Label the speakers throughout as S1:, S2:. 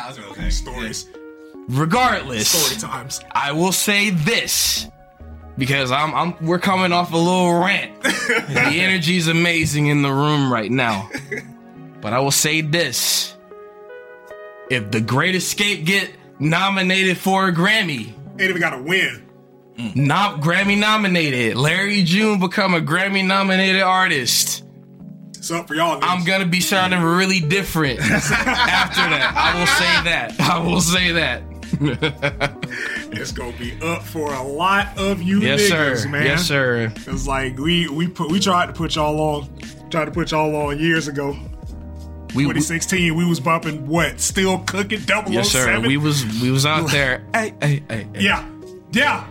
S1: That's okay.
S2: Stories.
S1: Regardless,
S2: Story times.
S1: I will say this because I'm, I'm we're coming off a little rant. the energy's amazing in the room right now. But I will say this. If the Great Escape get nominated for a Grammy,
S2: Ain't even got to win.
S1: not Grammy nominated, Larry June become a Grammy nominated artist.
S2: It's up for y'all.
S1: I'm gonna be sounding really different after that. I will say that. I will say that.
S2: It's gonna be up for a lot of you
S1: yes,
S2: niggas,
S1: sir.
S2: man.
S1: Yes, sir.
S2: It's like we we put we tried to put y'all on, tried to put y'all on years ago.
S1: We, we
S2: 2016, we was bumping what? Still cooking 007?
S1: yes, sir. We was we was out there. Hey, hey, hey. hey.
S2: yeah, yeah.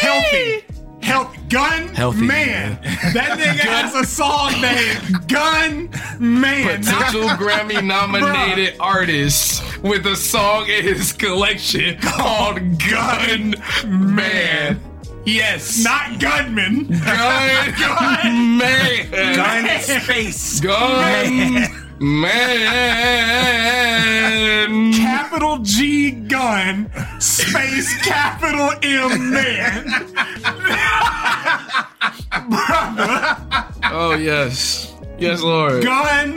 S2: Healthy, health, gun
S1: Healthy,
S2: man. That nigga has a song named Gun Man. Not
S1: Potential Grammy nominated artist with a song in his collection called Gun Man. Yes.
S2: not gunman.
S1: Gun,
S2: Gun-
S1: Man.
S3: Gun space.
S1: Gun Man.
S2: Capital G gun, space capital M man.
S1: Oh yes. Yes, Lord.
S2: Gun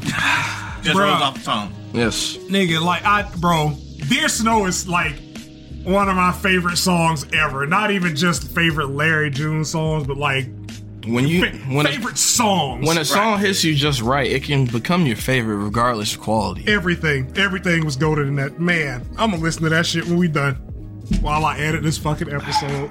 S3: Just
S2: Bruh.
S3: rolls off the tongue.
S1: Yes.
S2: Nigga, like I bro, Dear Snow is like one of my favorite songs ever. Not even just favorite Larry June songs, but like
S1: When you
S2: fa-
S1: when a,
S2: favorite songs.
S1: when a song hits you just right, it can become your favorite regardless of quality.
S2: everything, everything was golden in that. Man, I'm gonna listen to that shit when we done. While I edit this fucking episode.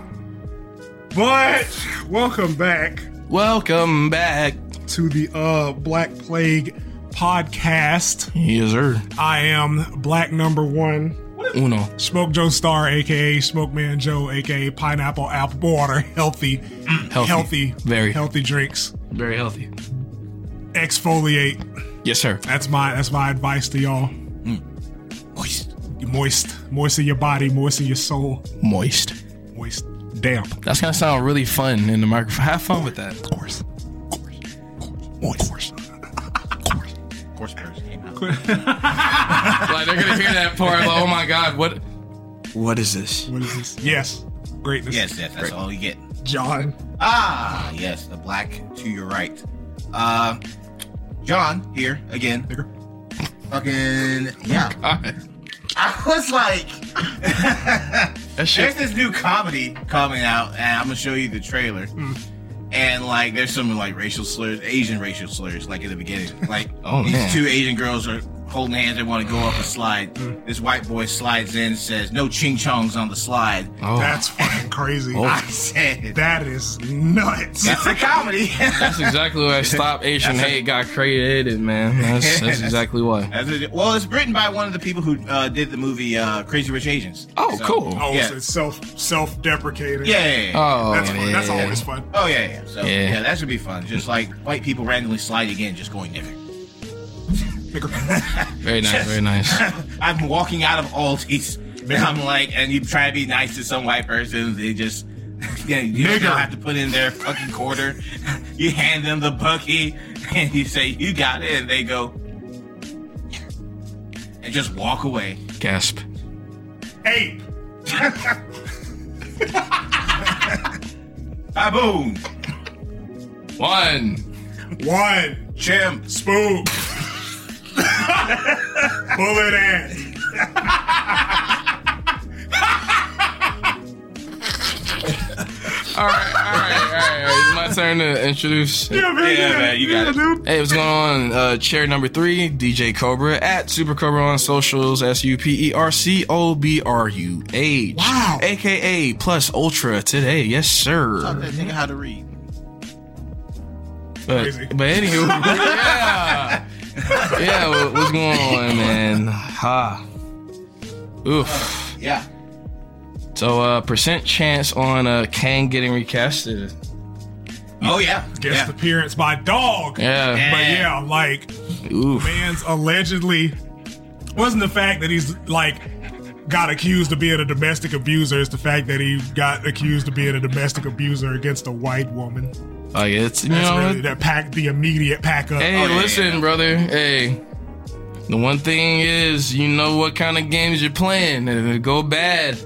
S2: But welcome back
S1: Welcome back.
S2: to the uh Black Plague podcast.
S1: Yes, sir.
S2: I am Black Number One.
S1: Uno.
S2: Smoke Joe Star, aka Smoke Man Joe, aka Pineapple Apple Water, healthy,
S1: Healthy.
S2: healthy,
S1: Very.
S2: healthy drinks.
S1: Very healthy.
S2: Exfoliate.
S1: Yes, sir.
S2: That's my that's my advice to y'all.
S1: Mm. Moist.
S2: You moist, moisten your body, moisten your soul,
S1: Moist.
S2: moist, damp.
S1: That's gonna sound really fun in the microphone. Have fun with that.
S2: Of course,
S3: Moist. Course Bears came out.
S1: Like they're gonna hear that part. Like, oh my god, what? What is this?
S2: What is this? Yes, greatness.
S3: Yes, yes, that's all you get.
S2: John.
S3: Ah, yes, the black to your right. Uh, John here again.
S2: Nigger.
S3: Fucking yeah.
S1: God,
S3: I was like,
S1: that
S3: there's
S1: shit.
S3: this new comedy coming out, and I'm gonna show you the trailer. And like, there's some like racial slurs, Asian racial slurs, like in the beginning. Like
S1: Oh,
S3: these
S1: man.
S3: two Asian girls are holding hands. They want to go up a slide. This white boy slides in, says, "No ching chongs on the slide."
S1: Oh,
S2: That's fucking crazy.
S3: I said,
S2: That is nuts.
S3: "That's a comedy."
S1: that's exactly why Stop Asian Hate got created, man. That's, that's exactly why.
S3: That's a- well, it's written by one of the people who uh, did the movie uh, Crazy Rich Asians.
S1: Oh, cool.
S2: Oh,
S3: yeah.
S2: so it's self self deprecating.
S3: Yeah, yeah, yeah.
S1: Oh,
S2: that's fun.
S1: yeah.
S2: That's always fun.
S3: oh yeah, yeah. So
S1: Yeah.
S3: yeah. that should be fun. Just like white people randomly sliding in, just going different.
S1: Very nice. Very nice.
S3: I'm walking out of Aldi's, and I'm like, and you try to be nice to some white person, they just, you, know, you
S2: Nigger.
S3: don't have to put in their fucking quarter. You hand them the bucky, and you say, "You got it," and they go, and just walk away.
S1: Gasp.
S2: Ape.
S3: Baboon,
S1: One.
S2: One.
S3: chimp,
S2: Spook. Bullet ant.
S1: All right, all right, all right. all right. It's my turn to introduce.
S2: Yeah, man.
S3: Yeah, man, you got it.
S2: dude.
S1: Hey, what's going on? Uh, chair number three, DJ Cobra at Super Cobra on socials, S U P E R C O B R U H.
S2: Wow.
S1: AKA plus Ultra today. Yes,
S3: Taught
S1: sir.
S3: that nigga how to read.
S1: But,
S2: Crazy.
S1: but anywho, yeah. Yeah, wha- what's going on, man? Ha. Oof.
S3: Yeah.
S1: So, uh, percent chance on uh, Kang getting recasted.
S3: Oh yeah.
S2: Guest appearance by dog.
S1: Yeah.
S2: But yeah, like,
S1: Oof.
S2: man's allegedly wasn't the fact that he's like got accused of being a domestic abuser, it's the fact that he got accused of being a domestic abuser against a white woman.
S1: Like, it's, you
S2: That's
S1: know,
S2: really that pack the immediate pack up.
S1: Hey,
S3: Oh, yeah,
S1: listen,
S3: yeah.
S1: brother. Hey, The one thing is, you know what kind of games you're playing. and It go bad.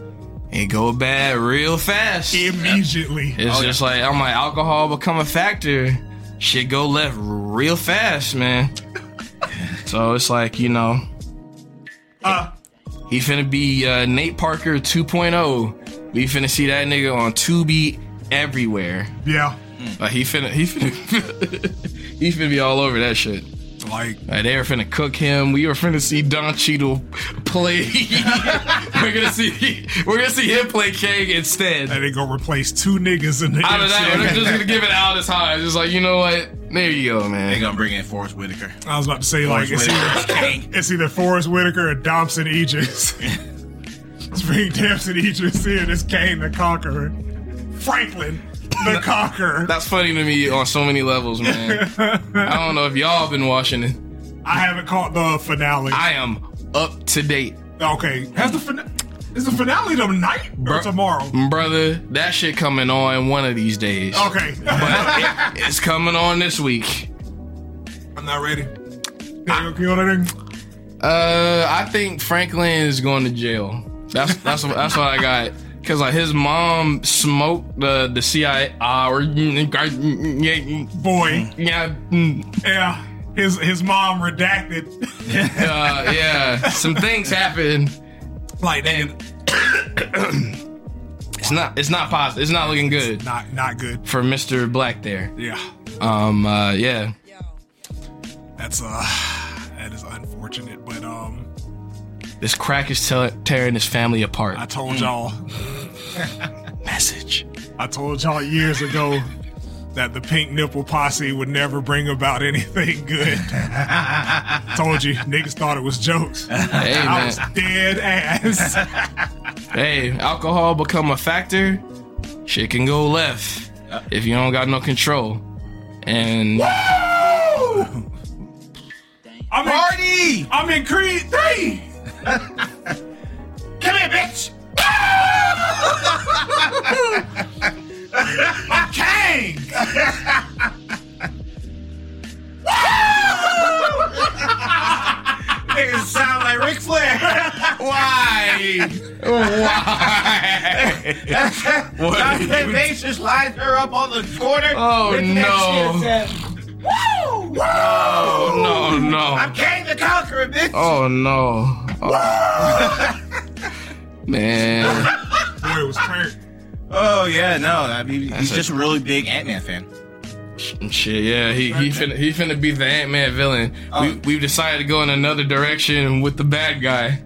S1: It go bad real fast.
S2: Immediately.
S1: It's
S3: Oh,
S1: just like, I'm like, alcohol become a factor. Shit go left real fast, man. so it's like, you know,
S2: Uh,
S1: he finna be uh, Nate Parker 2.0. We finna see that nigga on Tubi everywhere.
S2: yeah.
S1: Like he finna, he finna, he finna be all over that shit.
S2: Like,
S1: Like they were finna cook him. We were finna see Don Cheadle play. we're gonna see, we're gonna see him play Kang instead.
S2: and they gonna replace two niggas in the
S1: Out of that, they're
S2: MCU.
S1: just gonna give it out as high. Just like you know what? There you go,
S3: They're
S1: man.
S3: gonna bring in Forrest Whitaker.
S2: I was about to say, like,
S3: Forrest
S2: it's either,
S3: Whitaker.
S2: it's either Forrest Whitaker or Dobson Aegis. Let's bring Dobson Aegis in as Kane the Conqueror. Franklin the Conqueror.
S1: That's funny to me on so many levels, man. I don't know if y'all been watching it.
S2: I haven't caught the finale.
S1: I am up to date,
S2: okay. Has the fin- is the finale tonight or
S1: Bruh.
S2: tomorrow?
S1: brother. That shit coming on one of these days.
S2: Okay.
S1: But it- it's coming on this week.
S2: I'm not ready. Okay, what I think?
S1: Uh, I think Franklin is going to jail. That's that's that's what I got. Cause like his mom smoked the the CIA or yeah
S2: Boy.
S1: yeah
S2: Yeah. His his mom redacted.
S1: uh, yeah some things happened.
S2: Like that.
S1: It's not it's not positive. It's not looking good
S2: Not not good.
S1: for Mister Black there.
S2: Yeah.
S1: Um uh, yeah
S2: That's uh that is unfortunate, but um
S1: this crack is te- tearing his family apart.
S2: I told y'all
S1: Message.
S2: I told y'all years ago that the pink nipple posse would never bring about anything good. told you, niggas thought it was jokes.
S1: Hey
S2: I
S1: man.
S2: was dead ass.
S1: Hey, alcohol become a factor. Shit can go left if you don't got no control. And.
S2: I'm in,
S3: Party!
S2: I'm in Creed 3!
S3: Come here, bitch!
S2: I'm Kang!
S3: Niggas sound like Ric Flair.
S1: Why? Why?
S3: Jonathan Banks just lined her up on the corner.
S1: Oh,
S3: Rick Nash
S1: no. Oh,
S3: just said, Woo! Woo!
S1: No,
S3: I'm
S1: no.
S3: Kang the Conqueror, bitch.
S1: Oh, no. Oh. Man.
S2: Boy, it was Kurt.
S3: Oh yeah, no. I mean, he's
S1: That's
S3: just a really big Ant Man fan.
S1: Shit, yeah. He, he, finna, he finna be the Ant Man villain. We, we've decided to go in another direction with the bad guy.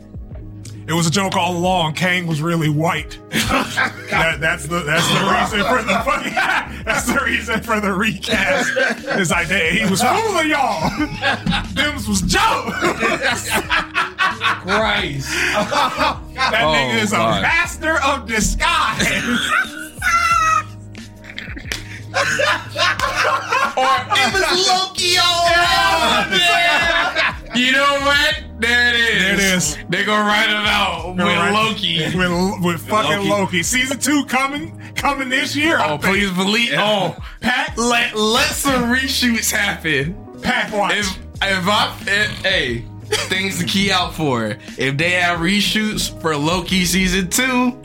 S2: It was a joke all along. Kang was really white. that, that's the that's the reason for the fucking, that's the reason for the recast. It's like that he was fooling y'all. Dims was jokes.
S1: Christ.
S2: That
S1: Oh,
S2: nigga is a
S1: God.
S2: master of disguise.
S3: It was Loki all
S1: Oh,
S3: around.
S1: You know what? There it is.
S2: There it is.
S1: They gonna write it out with
S2: Right.
S1: Loki.
S2: with, with fucking Loki.
S3: Loki.
S2: Season two coming coming this year.
S1: Oh, please believe. Oh,
S2: Pack
S1: let let some reshoots happen.
S2: pack watch.
S1: If if I if, hey, things to key out for. If they have reshoots for Loki season two,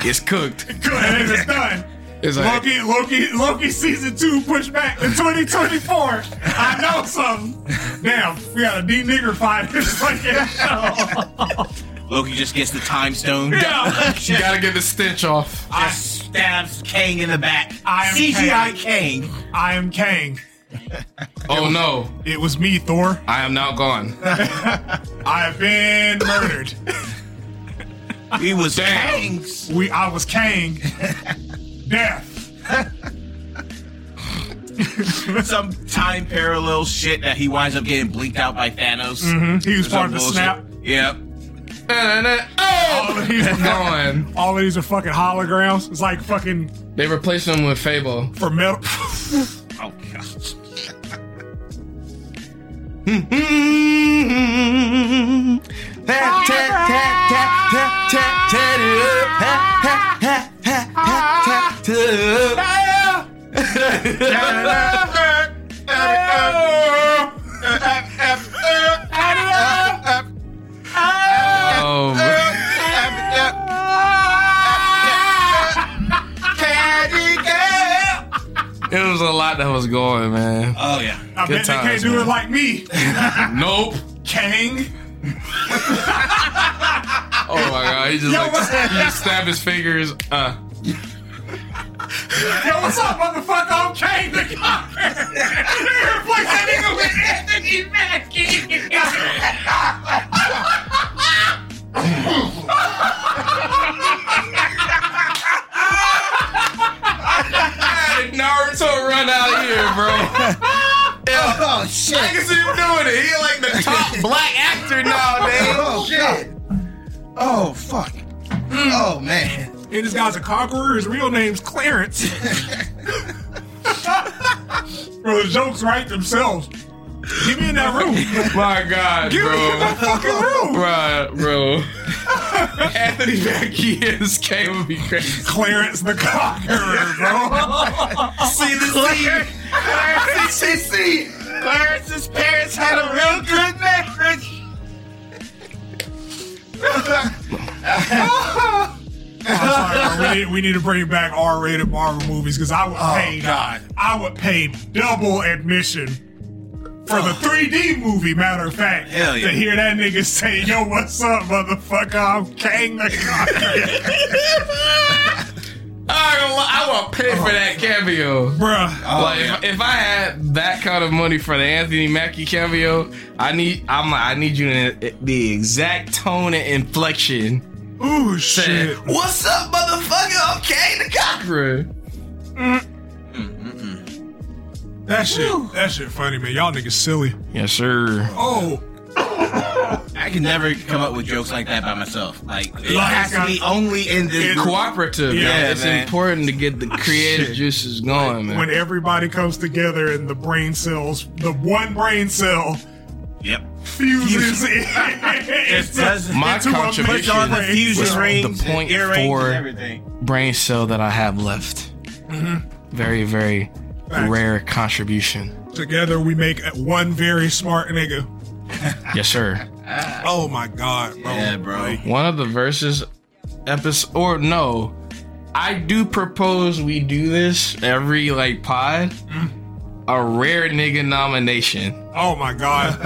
S1: it's cooked.
S2: Good, it's done.
S1: It's like
S2: Loki, Loki, Loki season two pushed back to 2024. I know something. Damn, we gotta de-niggerify this fucking show.
S3: Loki just gets the time stone.
S2: Yeah.
S1: you gotta get the stitch off.
S3: I stabs Kang in the back.
S2: I am
S3: CGI Kang.
S2: I am Kang.
S1: Oh no,
S2: It was me, Thor.
S1: I am now gone.
S2: I've been murdered.
S3: He was
S1: Damn.
S3: Kang's.
S2: We, I was Kang. Death.
S3: Some time parallel shit that he winds up getting blinked out by Thanos.
S1: Hmm?
S2: He was Mm-hmm.
S3: Some
S2: part of the
S3: bullshit.
S2: snap.
S3: Yep.
S1: oh, he's gone.
S2: All of these are fucking holograms. It's like fucking
S1: They replaced him with Fable.
S2: for metal.
S3: Oh god.
S1: Tap, tap, tap, tap, tap, tap, tap it up. Ha, ha, ha, ha, ha, tap it up. Mm-hmm. was a lot that was going, man.
S3: Oh yeah.
S2: I bet
S1: Good
S2: they can't
S1: times,
S2: do it
S1: man.
S2: like me.
S1: Nope.
S2: Kang.
S1: Oh my god, he just
S2: Yo,
S1: like
S2: what's-
S1: he just stabbed his fingers. Uh,
S2: Yo, what's up, motherfucker? I'm Kang the Conqueror. They replaced that nigga with Anthony Mackie.
S1: how did Naruto run out here, bro?
S4: Oh
S1: I can
S4: shit!
S1: see him doing it. He like the top black actor nowadays.
S4: Oh shit! Oh fuck! Oh man!
S2: And this guy's a conqueror. His real name's Clarence. Bro, the jokes write themselves. Get me in that room.
S1: My god,
S2: Get me in
S1: bro.
S2: that fucking room.
S1: Bruh, bro. Anthony Mackie in this game would be crazy.
S2: Clarence the Conqueror, bro.
S3: See the scene. Clarence, see, see. Clarence's parents had a real good marriage.
S2: I'm sorry, bro. We need, we need to bring back R-rated Marvel movies because I would
S1: Oh,
S2: pay.
S3: God.
S2: I would pay double admission for the 3D movie. Matter of fact,
S3: Oh. Hell yeah.
S2: to hear that nigga say, "Yo, what's up, motherfucker? I'm Kang the Conqueror,
S1: I, ain't gonna lie, I want to pay for that cameo.
S2: bruh."
S1: like
S3: yeah.
S1: if, if I had that kind of money for the Anthony Mackie cameo, I need I'm like I need you to eh, the exact tone and inflection.
S2: Ooh,
S1: to-
S2: shit.
S3: What's up, motherfucker? Okay, the cop.
S1: Bruh.
S2: That shit, that shit funny, man. Y'all niggas silly.
S1: Yes, sir.
S2: Oh,
S3: I can never come up with jokes like that by myself. Like it
S2: Like,
S3: has to be only in this.
S2: it-
S3: group.
S1: Cooperative.
S2: Yeah,
S1: man. it's
S3: man.
S1: important to get the creative
S2: Shit.
S1: juices going, man.
S2: when everybody comes together and the brain cells, the one brain cell
S3: Yep.
S2: fuses in.
S3: It doesn't.
S1: My
S2: Into a
S1: contribution
S2: mixed
S3: on the
S2: brain
S3: fusion
S2: cell.
S1: the
S3: rings, the
S1: point
S3: point earrings,
S1: for-
S3: and everything. Mm-hmm.
S1: Brain cell that I have left. Very, very
S2: Facts.
S1: rare contribution.
S2: Together we make one very smart nigga.
S1: Yes, sir.
S2: Oh my god, bro.
S3: Yeah, bro.
S1: One of the verses episode or no. I do propose we do this every like pod.
S3: Mm.
S1: A rare nigga nomination.
S2: Oh my god.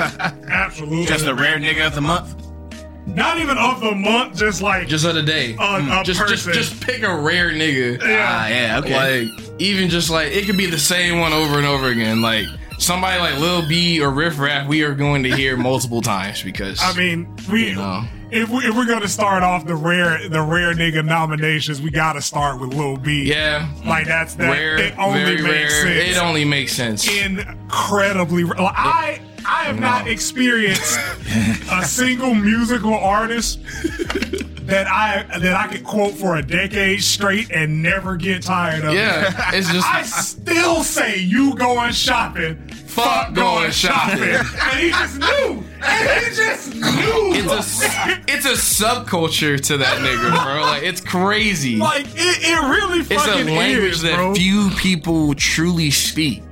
S2: Absolutely.
S3: Just a rare nigga of the month.
S2: Not even of the month, just like
S1: Just other day.
S3: Oh,
S2: a, a
S1: just, just
S2: person.
S1: just pick a rare nigga.
S2: yeah.
S3: Ah, yeah. Okay.
S1: Like even just like it could be the same one over and over again. Like somebody like Lil B or Riff Raff, we are going to hear multiple times because
S2: I mean, we
S1: know.
S2: if we if we're gonna start off the rare the rare nigga nominations, we gotta start with Lil B.
S1: yeah,
S2: Like that's that
S1: rare,
S2: it only
S1: very rare.
S2: makes sense.
S1: It only makes sense.
S2: incredibly ra- like, I I have not experienced a single musical artist that I that I could quote for a decade straight and never get tired of. it.
S1: yeah, it's just
S2: I still say you going shopping.
S1: Fuck going
S2: and he just knew. And he just knew.
S1: it's a s- it's a subculture to that nigga, bro. Like it's crazy.
S2: like it, it really
S1: it's a
S2: fucking
S1: language
S2: is,
S1: that
S2: bro.
S1: few people truly speak,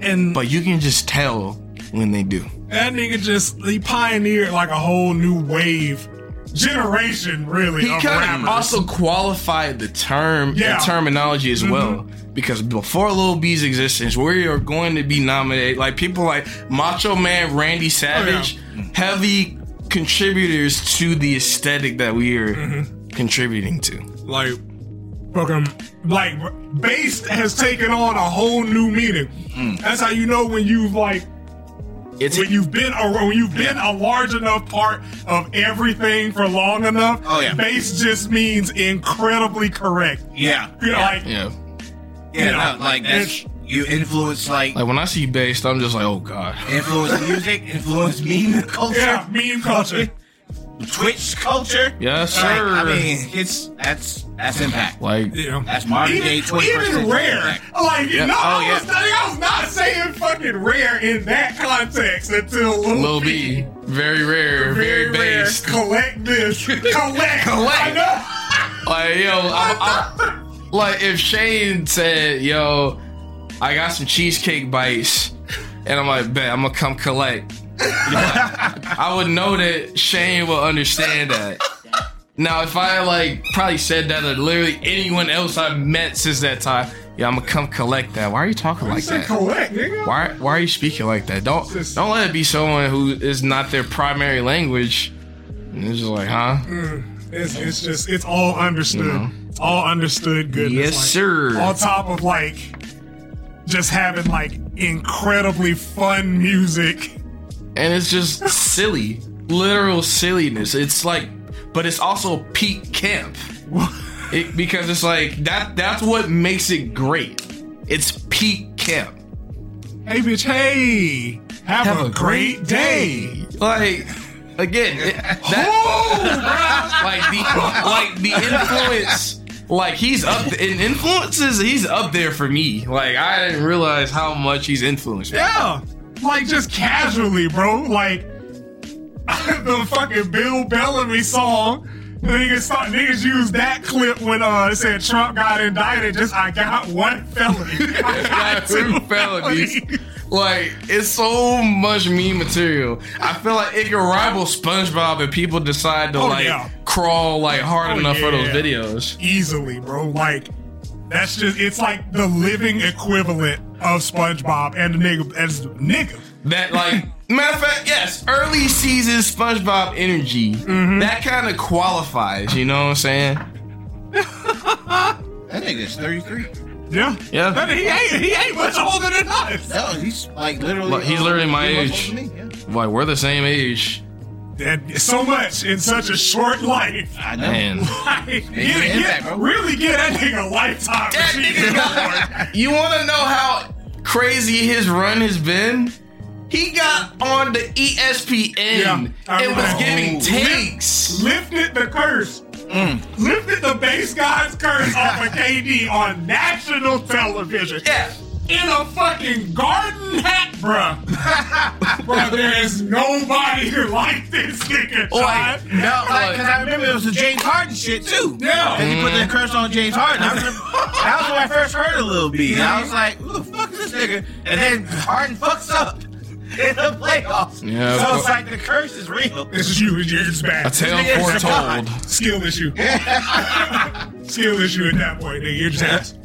S2: and
S1: but you can just tell when they do.
S2: that nigga just he pioneered like a whole new wave generation, really.
S1: He
S2: of
S1: kind
S2: rappers.
S1: of also qualified the term
S2: Yeah. Mm-hmm.
S1: and terminology as well. Because before Lil B's existence, we are going to be nominated. Like people like Macho Man,
S2: Oh,
S1: Randy Savage, heavy contributors to the aesthetic that we are
S2: Mm-hmm.
S1: contributing to.
S2: like fucking like bass has taken on a whole new meaning.
S1: Mm.
S2: That's how you know when you've like
S1: It's
S2: when you've been a when you've been a large enough part of everything for long enough.
S3: Oh, yeah.
S2: bass just means incredibly correct.
S3: Yeah.
S2: You know, like
S1: yeah.
S3: Yeah.
S2: You know,
S3: no, like that's you influence like
S1: Like when I see bass, I'm just like, oh god.
S3: influence music, influence meme culture,
S2: yeah, meme culture.
S3: Twitch culture.
S1: Yes, sir.
S3: Like, I mean, it's that's that's impact.
S1: like
S2: You know.
S3: That's modern
S2: Even,
S3: day twenty first
S2: even rare, like you
S1: Yeah.
S2: know,
S3: Oh,
S2: I, was,
S3: yeah.
S2: I was not saying fucking rare in that context until Lil,
S1: Lil B, very rare, very,
S2: very rare.
S1: based.
S2: Collect this, collect, I
S1: Collect.
S2: know.
S1: Like yo, I'm, I'm- like if Shane said, "Yo, I got some cheesecake bites," and I'm like, "Bet I'm gonna come collect," Like, I would know that Shane will understand that. Now, if I like probably said that to literally anyone else I've met since that time, Yeah, I'm gonna come collect that. Why are you talking like
S2: said
S1: that?
S2: collect, nigga.
S1: Why why are you speaking like that? Don't
S2: Just-
S1: don't let it be someone who is not their primary language. And it's just like, huh?
S2: It's, it's just it's all understood.
S1: You know.
S2: It's all understood goodness.
S1: Yes,
S2: like,
S1: sir.
S2: On top of like just having like incredibly fun music.
S1: And it's just silly. Literal silliness. It's like but it's also peak camp. It, because it's like that that's what makes it great. It's peak camp.
S2: Hey bitch, hey! Have, a, great, day.
S1: Like again, it, that, like the like the influence. Like he's up in influences. He's up there for me. Like I didn't realize how much he's influenced. me.
S2: Yeah, like just casually, bro. Like the fucking Bill Bellamy song. Niggas, start, niggas used that clip when uh it said Trump got indicted. Just I got one felony. I
S1: Got two felonies. Like it's so much meme material. I feel like it could rival SpongeBob if people decide to
S2: Oh,
S1: like
S2: yeah.
S1: crawl like hard
S2: Oh,
S1: enough for those
S2: yeah.
S1: videos.
S2: Easily, bro. Like that's just it's like the living equivalent of SpongeBob and the nigga as the nigga.
S1: That like matter of fact, yes, early season SpongeBob energy.
S2: Mm-hmm.
S1: That kind of qualifies, you know what I'm saying?
S3: That nigga's 33.
S2: Yeah,
S1: Yeah.
S2: But he ain't he ain't much older than us.
S3: No, he's like literally.
S1: Look, he's literally my
S3: three
S1: age.
S3: months older than me,
S1: Like we're the same age.
S2: That- so much in such a short life.
S3: yeah. I know.
S1: Man.
S2: Like, get,
S3: an
S2: get-
S3: impact, bro.
S2: really get that nigga a lifetime achievement award.
S1: you wanna know how crazy his run has been? He got on the E ESPN
S2: Yeah, I
S1: and was
S2: remember.
S1: giving
S3: Oh.
S1: takes.
S2: Lifted the curse.
S1: Mm.
S2: Lifted the base guy's curse off of KD on national television.
S1: Yeah.
S2: In a fucking garden hat, bruh. bruh, there is nobody who like this nigga,
S1: Like,
S2: John.
S3: No, like,
S1: Like-
S3: because I remember it was the James Harden shit too.
S2: Yeah.
S3: And he put that curse on James Harden. I remember that was when I first heard a little bit. I was like, who the fuck is this nigga? And then Harden fucks up in the playoffs.
S1: Yeah,
S3: so
S1: but-
S3: it's like the curse is real.
S2: This is you, it's
S1: A
S2: bad.
S1: tale
S3: Nigga, it's a
S1: foretold.
S2: Skill issue. Skill issue at that point, nigga. You're just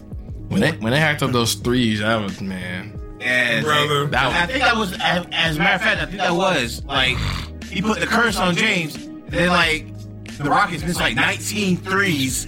S1: When they when they hacked up those threes, that was man.
S3: Yeah,
S2: Brother.
S3: That,
S1: That
S3: I
S1: was-
S3: think that was, as, as a matter of fact, I think that was like he put the curse on James. And then like the Rockets missed like 19 threes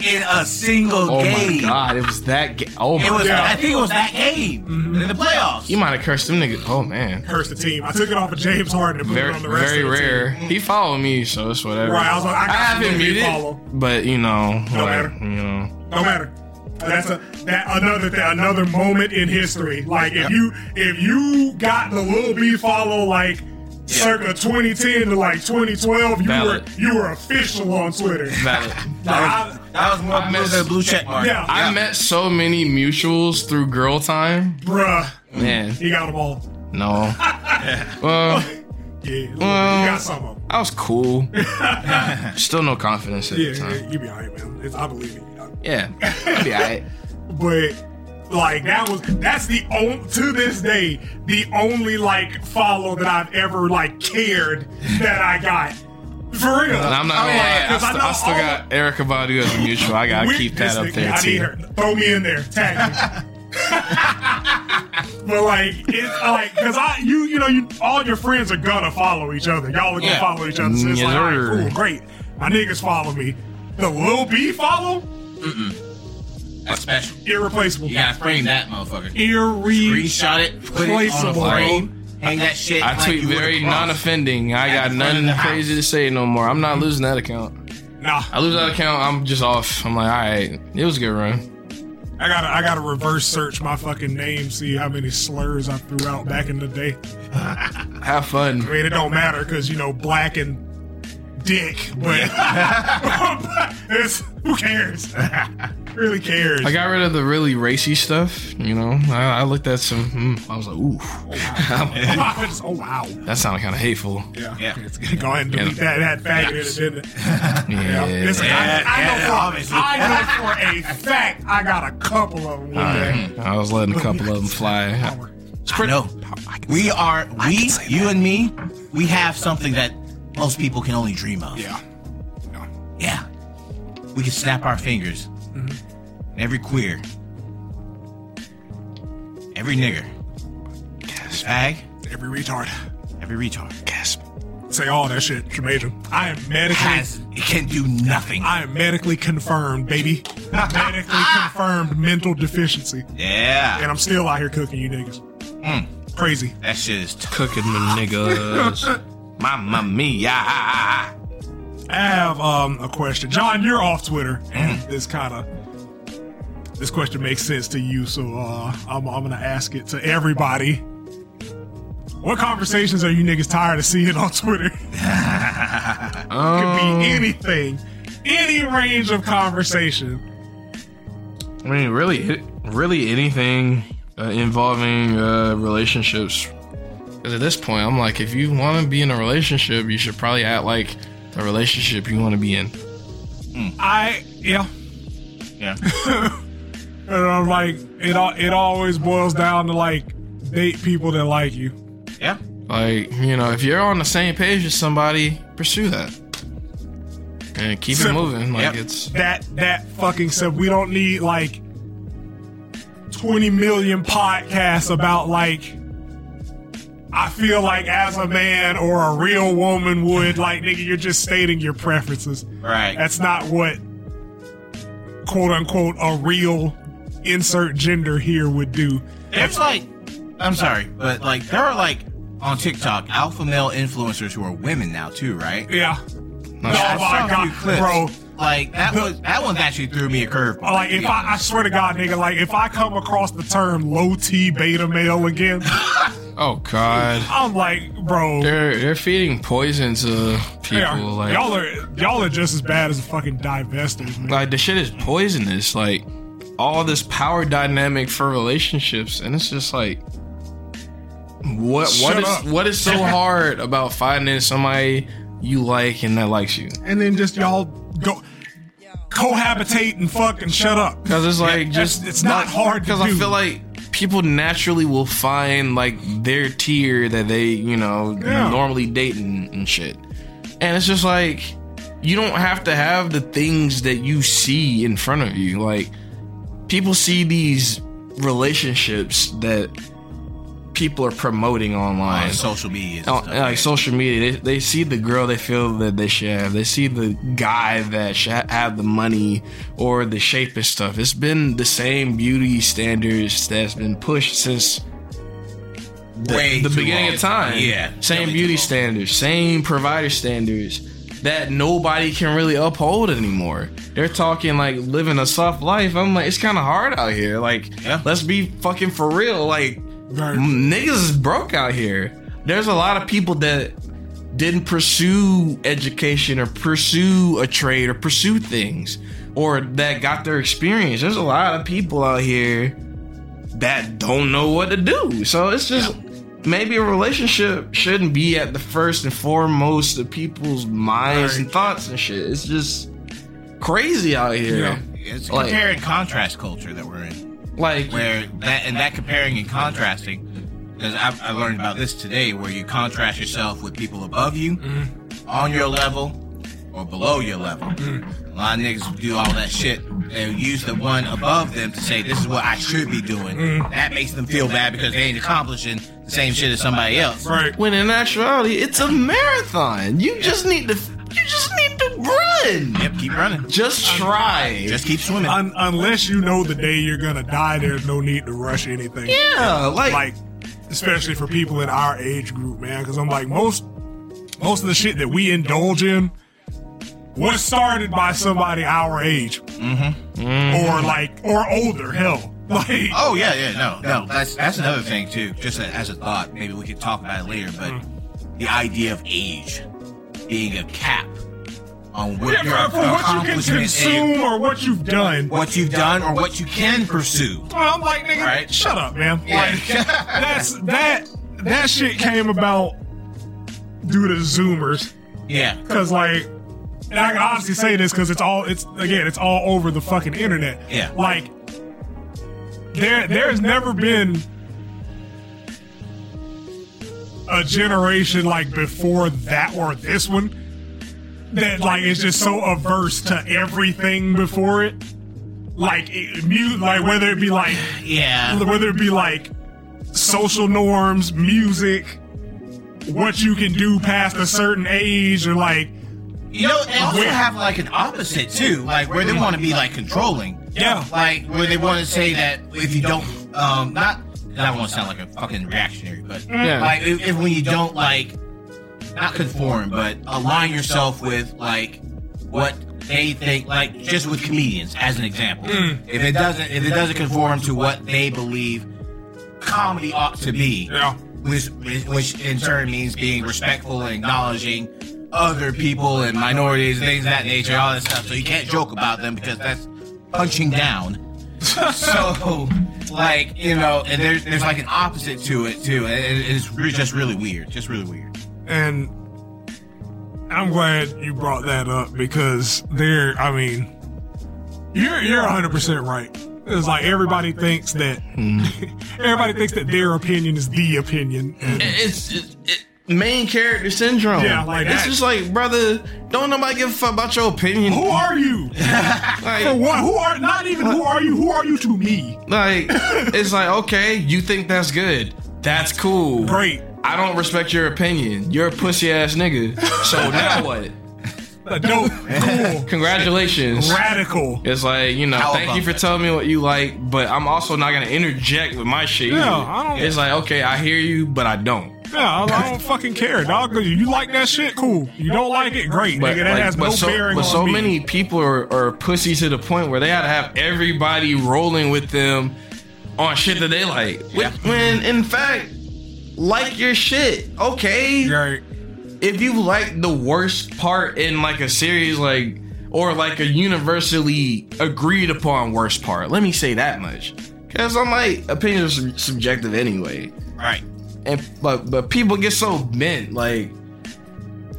S3: in a single
S1: Oh
S3: game.
S1: my god, it was that ga- oh my
S3: It was.
S1: god.
S2: Yeah.
S3: I think it was that game in the playoffs.
S1: You might have cursed them niggas. Oh man.
S2: curse the team. I took it off of James Harden and put
S1: Very
S2: it on the rest
S1: very
S2: of the team.
S1: rare. He followed me, so it's whatever.
S2: Right, I was like, I
S1: I
S2: got
S1: have
S2: you,
S1: him
S2: baby,
S1: muted,
S2: follow.
S1: but you know, like,
S2: matter.
S1: you know,
S2: No matter. That's a that another thing, another moment in history. Like if you if you got the Lil B follow like circa 2010 to like 2012, you
S1: Valid.
S2: were you were official on Twitter.
S1: valid.
S2: I,
S3: That was more
S1: I
S3: blue
S1: miss-
S3: than blue check mark.
S2: Yeah.
S1: I met so many mutuals through girl time.
S2: bruh,
S1: Man,
S2: you got them all.
S1: no. Well,
S2: Yeah, you
S1: Well-
S2: got some of them.
S1: I was cool. Still no confidence at
S2: Yeah,
S1: the
S2: yeah,
S1: time.
S2: you be alright, man. It's, I believe in you.
S1: Yeah, I'll be alright.
S2: but like that was that's the only to this day the only like follow that I've ever like cared that I got for real.
S1: And I'm not
S2: I
S1: gonna
S2: mean,
S1: lie. I,
S2: 'cause
S1: st- I
S2: know
S1: still
S2: all
S1: got Erica Badu as a mutual. I gotta
S2: we-
S1: keep that
S2: this
S1: up
S2: nigga,
S1: there
S2: I need
S1: too.
S2: her. Throw me in there, tag me. but like it's like because I you you know you all your friends are gonna follow each other. Y'all are gonna
S3: Yeah.
S2: follow each other. So it's
S1: Yes,
S2: like all right,
S1: sir.
S2: cool, great. My niggas follow me. The Lil B follow
S3: That's special.
S2: irreplaceable.
S3: You gotta frame that motherfucker.
S2: Irre-
S3: Screenshot it, put it on a
S2: Placeable.
S3: frame, hang that shit.
S1: I
S3: like
S1: tweet
S3: you would
S1: very
S3: a cross.
S1: non-offending. I got
S3: At the front of
S1: nothing
S3: the
S1: crazy to say no more. I'm not losing that account.
S2: Nah,
S1: I lose that account. I'm just off. I'm like, all right, it was a good run.
S2: I gotta, I gotta reverse search my fucking name, see how many slurs I threw out back in the day.
S1: Have
S2: I
S1: fun.
S2: mean, it don't matter because you know, black and dick, but it's, who cares? really cares?
S1: I got rid of the really racy stuff. You know, I, I looked at some. Mm, I was like, ooh,
S2: Just, oh wow!
S1: that sounded kind of hateful.
S2: Yeah,
S3: Yeah.
S2: It's gonna go ahead and delete that. That faggot agenda. Yeah.
S1: Yeah.
S2: It's- I, I
S3: Yeah,
S2: know for,
S3: obviously.
S2: I know for a fact I got a couple of them. one day.
S1: I was letting a couple of them fly.
S2: Power.
S3: No, we are we you and me. We have something that most people can only dream of.
S2: Yeah. No.
S1: Mm-hmm.
S3: Yeah. We can snap our fingers. Every queer Every nigger. Ag.
S2: Every retard.
S3: Every retard.
S1: Gasp.
S2: Say all that shit, Jamaica. I am medically.
S3: Has it can do nothing.
S2: I am medically confirmed, baby. medically confirmed mental deficiency.
S3: Yeah.
S2: And I'm still out here cooking you niggas. Crazy.
S3: That shit is t-
S1: Cooking the niggas.
S3: Mamma mia.
S2: I have um, a question. John, you're off Twitter, and this kind of this question makes sense to you, so uh, I'm, I'm gonna ask it to everybody. What conversations are you niggas tired of seeing on Twitter? Could be anything, any range of conversation.
S1: I mean, really, really anything uh, involving uh, relationships. Because at this point, I'm like, if you want to be in a relationship, you should probably act like a relationship you want to be in.
S2: I yeah,
S3: Yeah.
S2: and I'm like it. al- It always boils down to like date people that like you.
S3: Yeah.
S1: Like, you know, if you're on the same page as somebody, pursue that. And keep
S2: Simple.
S1: it moving. Like,
S3: Yep.
S1: it's.
S2: that that fucking stuff. We don't need like twenty million podcasts about like. I feel like as a man or a real woman would like nigga, you're just stating your preferences.
S3: Right.
S2: That's not what quote unquote a real insert gender here would do.
S3: There's like, I'm sorry, but like there are like on TikTok alpha male influencers who are women now too, right?
S2: Yeah.
S1: No,
S2: Oh
S3: I saw
S2: my
S3: a few
S2: god,
S3: clips.
S2: bro. Oh,
S3: Like that was that one actually threw me a curveball.
S2: Like if I, I swear to God, nigga, like if I come across the term low T beta male again,
S1: Oh, God.
S2: I'm like, bro.
S1: They're, they're feeding poison to people.
S2: Yeah,
S1: Like,
S2: y'all are y'all are just as bad as fucking divestors, man.
S1: like the shit is poisonous like all this power dynamic for relationships and it's just like what
S2: Shut
S1: what is
S2: up.
S1: what is so hard about finding somebody you like and that likes you
S2: and then just y'all go cohabitate and fuck and shut up.
S1: because it's like
S2: that's-
S1: just
S2: it's not hard to
S1: because i
S2: do.
S1: feel like people naturally will find like their tier that they you know
S2: Yeah.
S1: normally date and, and shit and it's just like you don't have to have the things that you see in front of you like people see these relationships that people are promoting online
S2: Oh,
S3: on social media. and
S1: on,
S3: stuff,
S1: Oh, like social media, they, they see the girl they feel that they should have. They see the guy that should ha- have the money or the shape and stuff. It's been the same beauty standards that's been pushed since the,
S3: Way
S1: the
S3: too
S1: beginning
S3: long.
S1: of time.
S3: Yeah,
S1: Same
S3: really too
S1: beauty
S3: long.
S1: standards, same provider standards that nobody can really uphold anymore. They're talking like living a soft life. I'm like, it's kind of hard out here. Like,
S3: Yeah.
S1: let's be fucking for real. Like,
S2: Right.
S1: Mm, niggas is broke out here. There's a lot of people that didn't pursue education or pursue a trade or pursue things or that got their experience. There's a lot of people out here that don't know what to do. So it's just maybe a relationship shouldn't be at the first and foremost of people's minds and thoughts and shit. It's just crazy out here.
S2: Yeah.
S3: It's
S1: Like-
S3: compare and contrast culture that we're in,
S1: Like
S3: where that and that comparing and contrasting, because I, I learned about this today, where you contrast yourself with people above you, on your level, or below your level. A lot of niggas do all that shit. They use the one above them to say this is what I should be doing. That makes them feel bad because they ain't accomplishing the same shit as somebody else.
S2: Right.
S1: When in actuality, it's a marathon. You just need to, you just need to run.
S3: Yep, keep running.
S1: Just try.
S3: Just keep swimming.
S2: Un- unless you know the day you're gonna die, there's no need to rush anything.
S1: yeah, like,
S2: Like, especially for people in our age group, man. Because I'm like most most of the shit that we indulge in was started by somebody our age, mm-hmm. or like or older. Hell, like
S3: Oh yeah, yeah, no, no. That's that's another thing too. Just a, as a thought, maybe we could talk about it later. But
S2: Mm-hmm.
S3: the idea of age being a cap on what your
S2: for what you can
S3: accomplishments and
S2: consume or what you've done.
S3: what you've done, or what you can pursue.
S2: Well, I'm like, nigga,
S3: Right.
S2: shut up, man.
S3: Yeah.
S2: Like, that's that that shit came about due to Zoomers,
S3: Yeah,
S2: cause like, and I can honestly say this because it's all it's again it's all over the fucking internet.
S3: Yeah.
S2: Like, there there's never been a generation like before that or this one that like is just so averse to everything before it. Like, it, mu- like whether it be like
S3: yeah.
S2: whether it be like social norms, music, what you can do past a certain age, or like,
S3: You know, and also
S2: Where-
S3: have like an opposite too, like where they want to be like controlling.
S2: Yeah.
S3: Like where they want to say that if you don't, um, not, I don't want to sound like a fucking reactionary, but
S1: Yeah.
S3: like if, if when you don't like, not conform, but align yourself with like what they think, like just with comedians as an example. If it doesn't, if it doesn't conform to what they believe comedy ought to be,
S2: yeah,
S3: which, which in turn means being respectful and acknowledging other people and minorities, things of that nature, all that stuff. So you can't joke about them because that's punching down. so, like you know, and there's there's like an opposite to it too, and it- it's re- just really weird, just really weird.
S2: and I'm glad you brought that up because there, I mean, you're you're 100 percent right. It's like everybody thinks that everybody thinks that their opinion is the opinion.
S1: It's it, it, main character syndrome.
S2: Yeah, like
S1: it's
S2: that.
S1: just like, brother, don't nobody give a fuck about your opinion.
S2: Who are you? For
S1: Like,
S2: what? Who are not even who are you? Who are you to me?
S1: like it's like, okay, you think that's good. That's cool.
S2: Great.
S1: I don't respect your opinion. You're a pussy ass nigga. So now what?
S2: Dope. Cool.
S1: Congratulations.
S2: Radical.
S1: It's like, you know,
S3: How
S1: thank
S3: about
S1: you for
S3: that?
S1: telling me what you like, but I'm also not gonna interject with my shit.
S2: Yeah,
S1: either.
S2: I don't-
S1: It's like, okay, I hear you, but I don't.
S2: Yeah, I, I don't fucking care, dog. You like that shit? Cool. You don't like it? Great.
S1: But,
S2: nigga, that
S1: like,
S2: has
S1: but
S2: no
S1: so,
S2: bearing
S1: but
S2: on
S1: so
S2: me.
S1: many people are, are pussy to the point where they gotta have everybody rolling with them on shit that they like.
S3: Yeah.
S1: When in fact, like your shit. Okay.
S2: Right.
S1: if you like the worst part in like a series like or like a universally agreed upon worst part let me say that much because i'm like opinions are sub- subjective anyway
S3: Right.
S1: and but but people get so bent like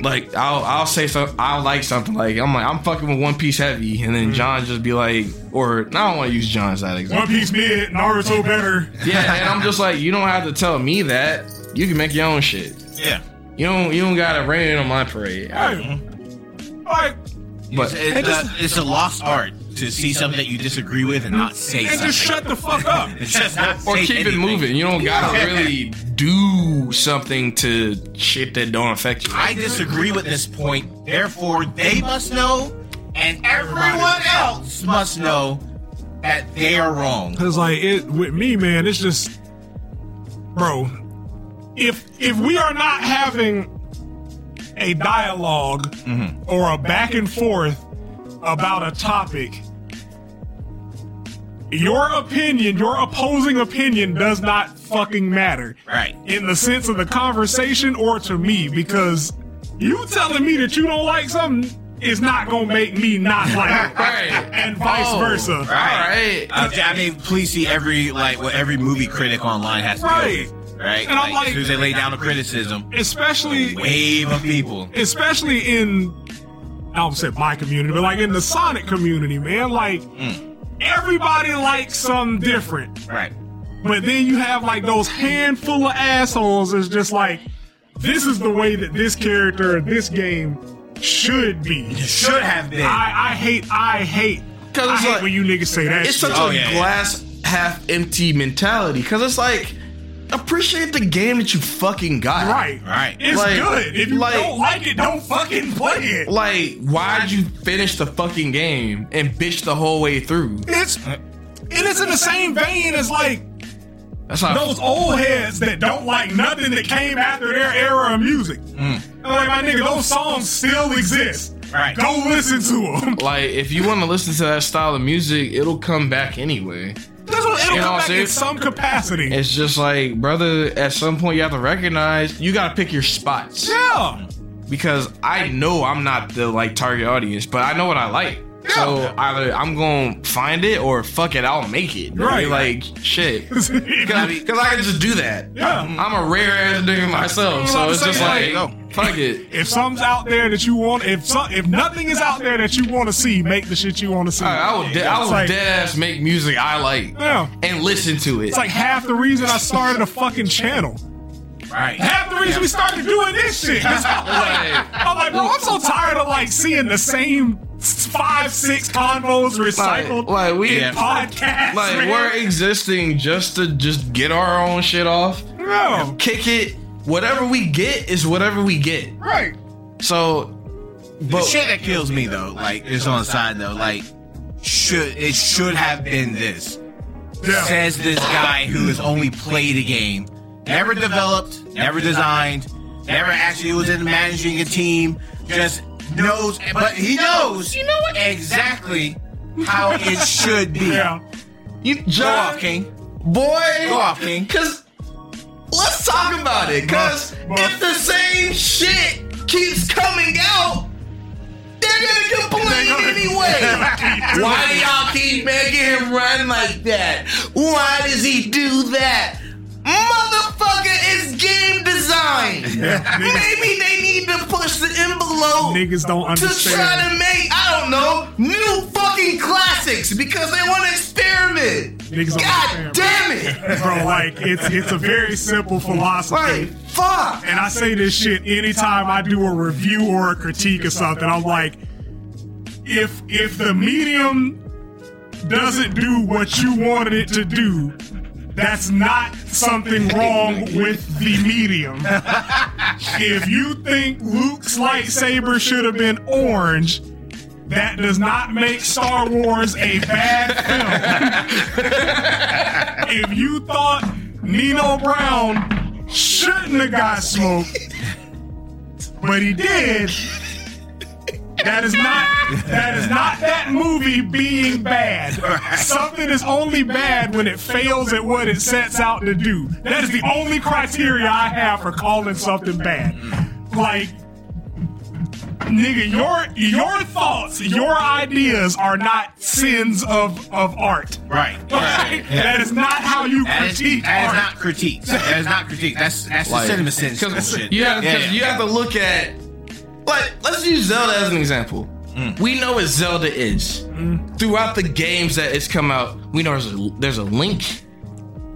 S1: like I'll I'll say some I like something like I'm like I'm fucking with One Piece heavy and then John just be like or I don't want to use John's that example
S2: One Piece mid, Naruto better.
S1: yeah and I'm just like you don't have to tell me that you can make your own shit
S3: Yeah.
S1: you don't you don't gotta rain on my parade
S2: Right. Like,
S1: But-
S3: But it's, it's, a, it's a lost art to see something that you disagree with and not say
S2: and
S3: something.
S2: just shut the fuck up.
S3: It's just not
S1: or
S3: say
S1: keep it
S3: anything.
S1: moving. You don't gotta really do something to shit that don't affect you.
S3: I disagree with this point, therefore they must know, and everyone else must know that they are wrong. Uh,
S2: Cause like it with me, man, it's just, bro. If if we are not having a dialog or a back and forth about a topic, your opinion, your opposing opinion, does not fucking matter
S3: Right.
S2: in the sense of the conversation or to me because you telling me that you don't like something is not gonna make me not like it,
S1: Right.
S2: and vice
S1: Oh,
S2: versa.
S1: Alright.
S3: I, I mean, please see every like what every movie critic online has to
S2: Right.
S3: do. Right.
S2: And I'm like-
S3: as soon as they lay down a criticism,
S2: especially
S3: wave of people.
S2: especially in I don't say my community, but like in the Sonic community, man, like
S1: Mm.
S2: everybody likes something different.
S3: Right.
S2: But then you have like those handful of assholes that's just like, this is the way that this character or this game should be.
S3: Should have been.
S2: I, I hate I hate
S1: 'Cause
S2: I
S1: it's
S2: hate
S1: like-
S2: when you niggas say that
S1: It's
S2: shit.
S1: such
S3: Oh,
S1: a
S3: yeah, yeah.
S1: glass half empty mentality because it's like appreciate the game that you fucking got.
S2: right.
S3: Right.
S2: It's
S1: Like-
S2: good. If you
S1: like-
S2: don't like it, don't fucking play it.
S1: Like, why'd you finish the fucking game and bitch the whole way through?
S2: It's it is in the same vein as like
S1: That's not
S2: those old heads that don't like nothing that came after their era of music.
S1: Mm.
S2: I'm Like my nigga, those songs still exist.
S3: Right.
S2: Go listen to them.
S1: like if you want to listen to that style of music, it'll come back anyway.
S2: That's what it'll
S1: You know
S2: come
S1: what I'm
S2: back in
S1: saying?
S2: some capacity.
S1: It's just like, brother, at some point you have to recognize you gotta pick your spots.
S2: yeah.
S1: because I know I'm not the like target audience, but I know what I like. So either I'm gonna find it or fuck it, I'll make it.
S2: Right.
S1: Like shit. Because
S2: yeah.
S1: I can just do that. I'm a rare ass nigga myself, so it's just like, fuck it.
S2: If something's out there that you want, if some, if nothing is out there that you want to see, make the shit you want to see.
S1: I, I would, de- I
S2: It's
S1: would
S2: like-
S1: dead ass make music I like
S2: Yeah.
S1: and listen to it.
S2: It's like half the reason I started a fucking channel.
S3: Right.
S2: Half the reason we started doing this shit. 'cause I'm like, I'm like, bro, I'm so tired of like seeing the same s- five, six convos recycled
S1: like we
S3: Yeah.
S2: podcasts.
S1: like
S2: man.
S1: we're existing just to just get our own shit off,
S2: no.
S1: kick it. Whatever we get is whatever we get.
S4: Right.
S1: So,
S3: The
S1: but
S3: shit that kills me though, like it's on the side though, like should it should have been this.
S2: Yeah.
S3: Says this guy who has only played a game, never developed, never designed, never actually was in managing a team, just knows but he knows you know what? exactly how it should be.
S2: Yeah.
S1: you,
S3: Go off,
S1: John,
S3: King.
S1: boy,
S3: Go off, King.
S1: Cause let's talk about it. Cause
S2: Bruh, bruh.
S1: if the same shit keeps coming out, they're gonna complain anyway. Why do y'all keep making him run like that? Why does he do that? Motherfucker is game design. Maybe they need to push the envelope
S2: Niggas don't
S1: to try
S2: understand.
S1: to make, I don't know, new fucking classics because they want to experiment.
S2: Niggas don't
S1: God
S2: understand,
S1: damn it.
S2: Bro, like it's it's a very simple philosophy.
S1: Like, fuck.
S2: And I say this shit anytime I do a review or a critique or something. I'm like, if if the medium doesn't do what you wanted it to do, that's not something wrong with the medium. if you think Luke's lightsaber should have been orange, that does not make Star Wars a bad film. if you thought Nino Brown shouldn't have got smoked, but he did. That is not that is not that movie being bad. Something is only bad when it fails at what it sets out to do. That is the only criteria I have for calling something bad. Like nigga, your your thoughts, your ideas are not sins of of art.
S3: Right. Right. Yeah.
S2: That is not how you
S3: That is,
S2: critique
S3: that is
S2: art.
S3: not critique. That is not critique. That's that's the cinema sense bullshit.
S1: You have, 'cause
S3: yeah.
S1: you have to look at, like, let's use Zelda as an example.
S3: Mm.
S1: We know what Zelda is.
S2: Mm.
S1: Throughout the games that it's come out, we know there's a, there's a Link.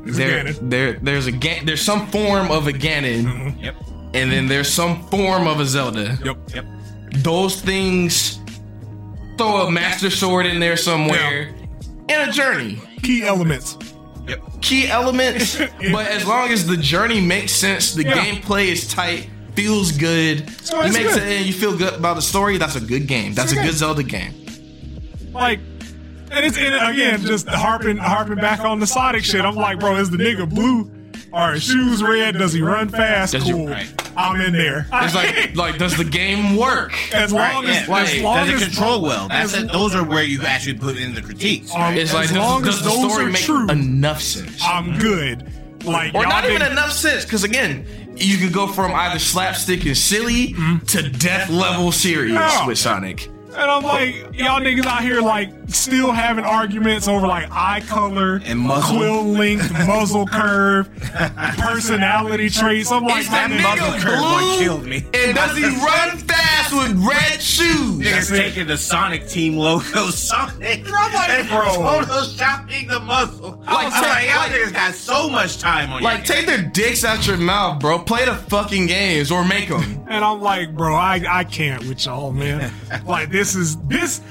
S1: There,
S2: Ganon. Mm-hmm.
S1: there, there's a Gan- there's some form of a Ganon,
S3: Yep.
S1: and then there's some form of a Zelda.
S2: Yep.
S3: Yep.
S1: Those things throw a Master Sword in there somewhere, and a journey.
S2: Key elements.
S3: Yep.
S1: key elements, but as long as the journey makes sense, the
S2: Yeah.
S1: gameplay is tight, feels good,
S2: So
S1: you
S2: it's
S1: make
S2: good.
S1: sense, and you feel good about the story. That's a good game. That's a
S2: okay.
S1: good Zelda game.
S2: like and it's and again just harping harping back on the Sonic shit. I'm like, bro, is the nigga blue? Are his shoes red? Does he run fast?
S1: Does he-
S2: cool.
S3: right.
S2: I'm in there.
S1: It's like like does the game work?
S2: as long
S3: Right,
S2: as
S3: yeah.
S1: Like,
S2: as long
S3: Does it
S2: as
S3: control well? That's
S2: as-
S3: it. Those are where you actually put in the critiques.
S2: um,
S1: It's
S2: as
S1: like does,
S2: long
S1: does
S2: as
S1: the
S2: those
S1: story
S2: are
S1: make
S2: true,
S1: enough sense?
S2: I'm good. Like
S1: or
S2: y'all
S1: not even
S2: niggas-
S1: enough sense, because again, you could go from either slapstick and silly
S2: Hmm?
S1: to death level serious
S2: Yeah.
S1: with Sonic.
S2: and I'm like, y'all niggas out here like still having arguments over like eye color
S3: And muzzle.
S2: quill length, muzzle curve, personality traits. I'm like,
S1: Is
S2: my
S1: that
S2: nigga,
S1: muzzle
S3: mother curve
S1: blue?
S3: one killed me.
S1: And does he run fast with red shoes?
S3: Niggas
S2: it.
S3: taking the Sonic team logo, Sonic,
S2: I'm like,
S3: and
S2: bro.
S3: photoshopping the muscle.
S1: Like,
S3: Like, I'm like, y'all
S1: like-
S3: niggas got so much time on
S1: Like,
S3: your
S1: take their dicks out your mouth, bro. Play the fucking games or make them.
S2: And I'm like, bro, I, I can't with y'all, man. like this is this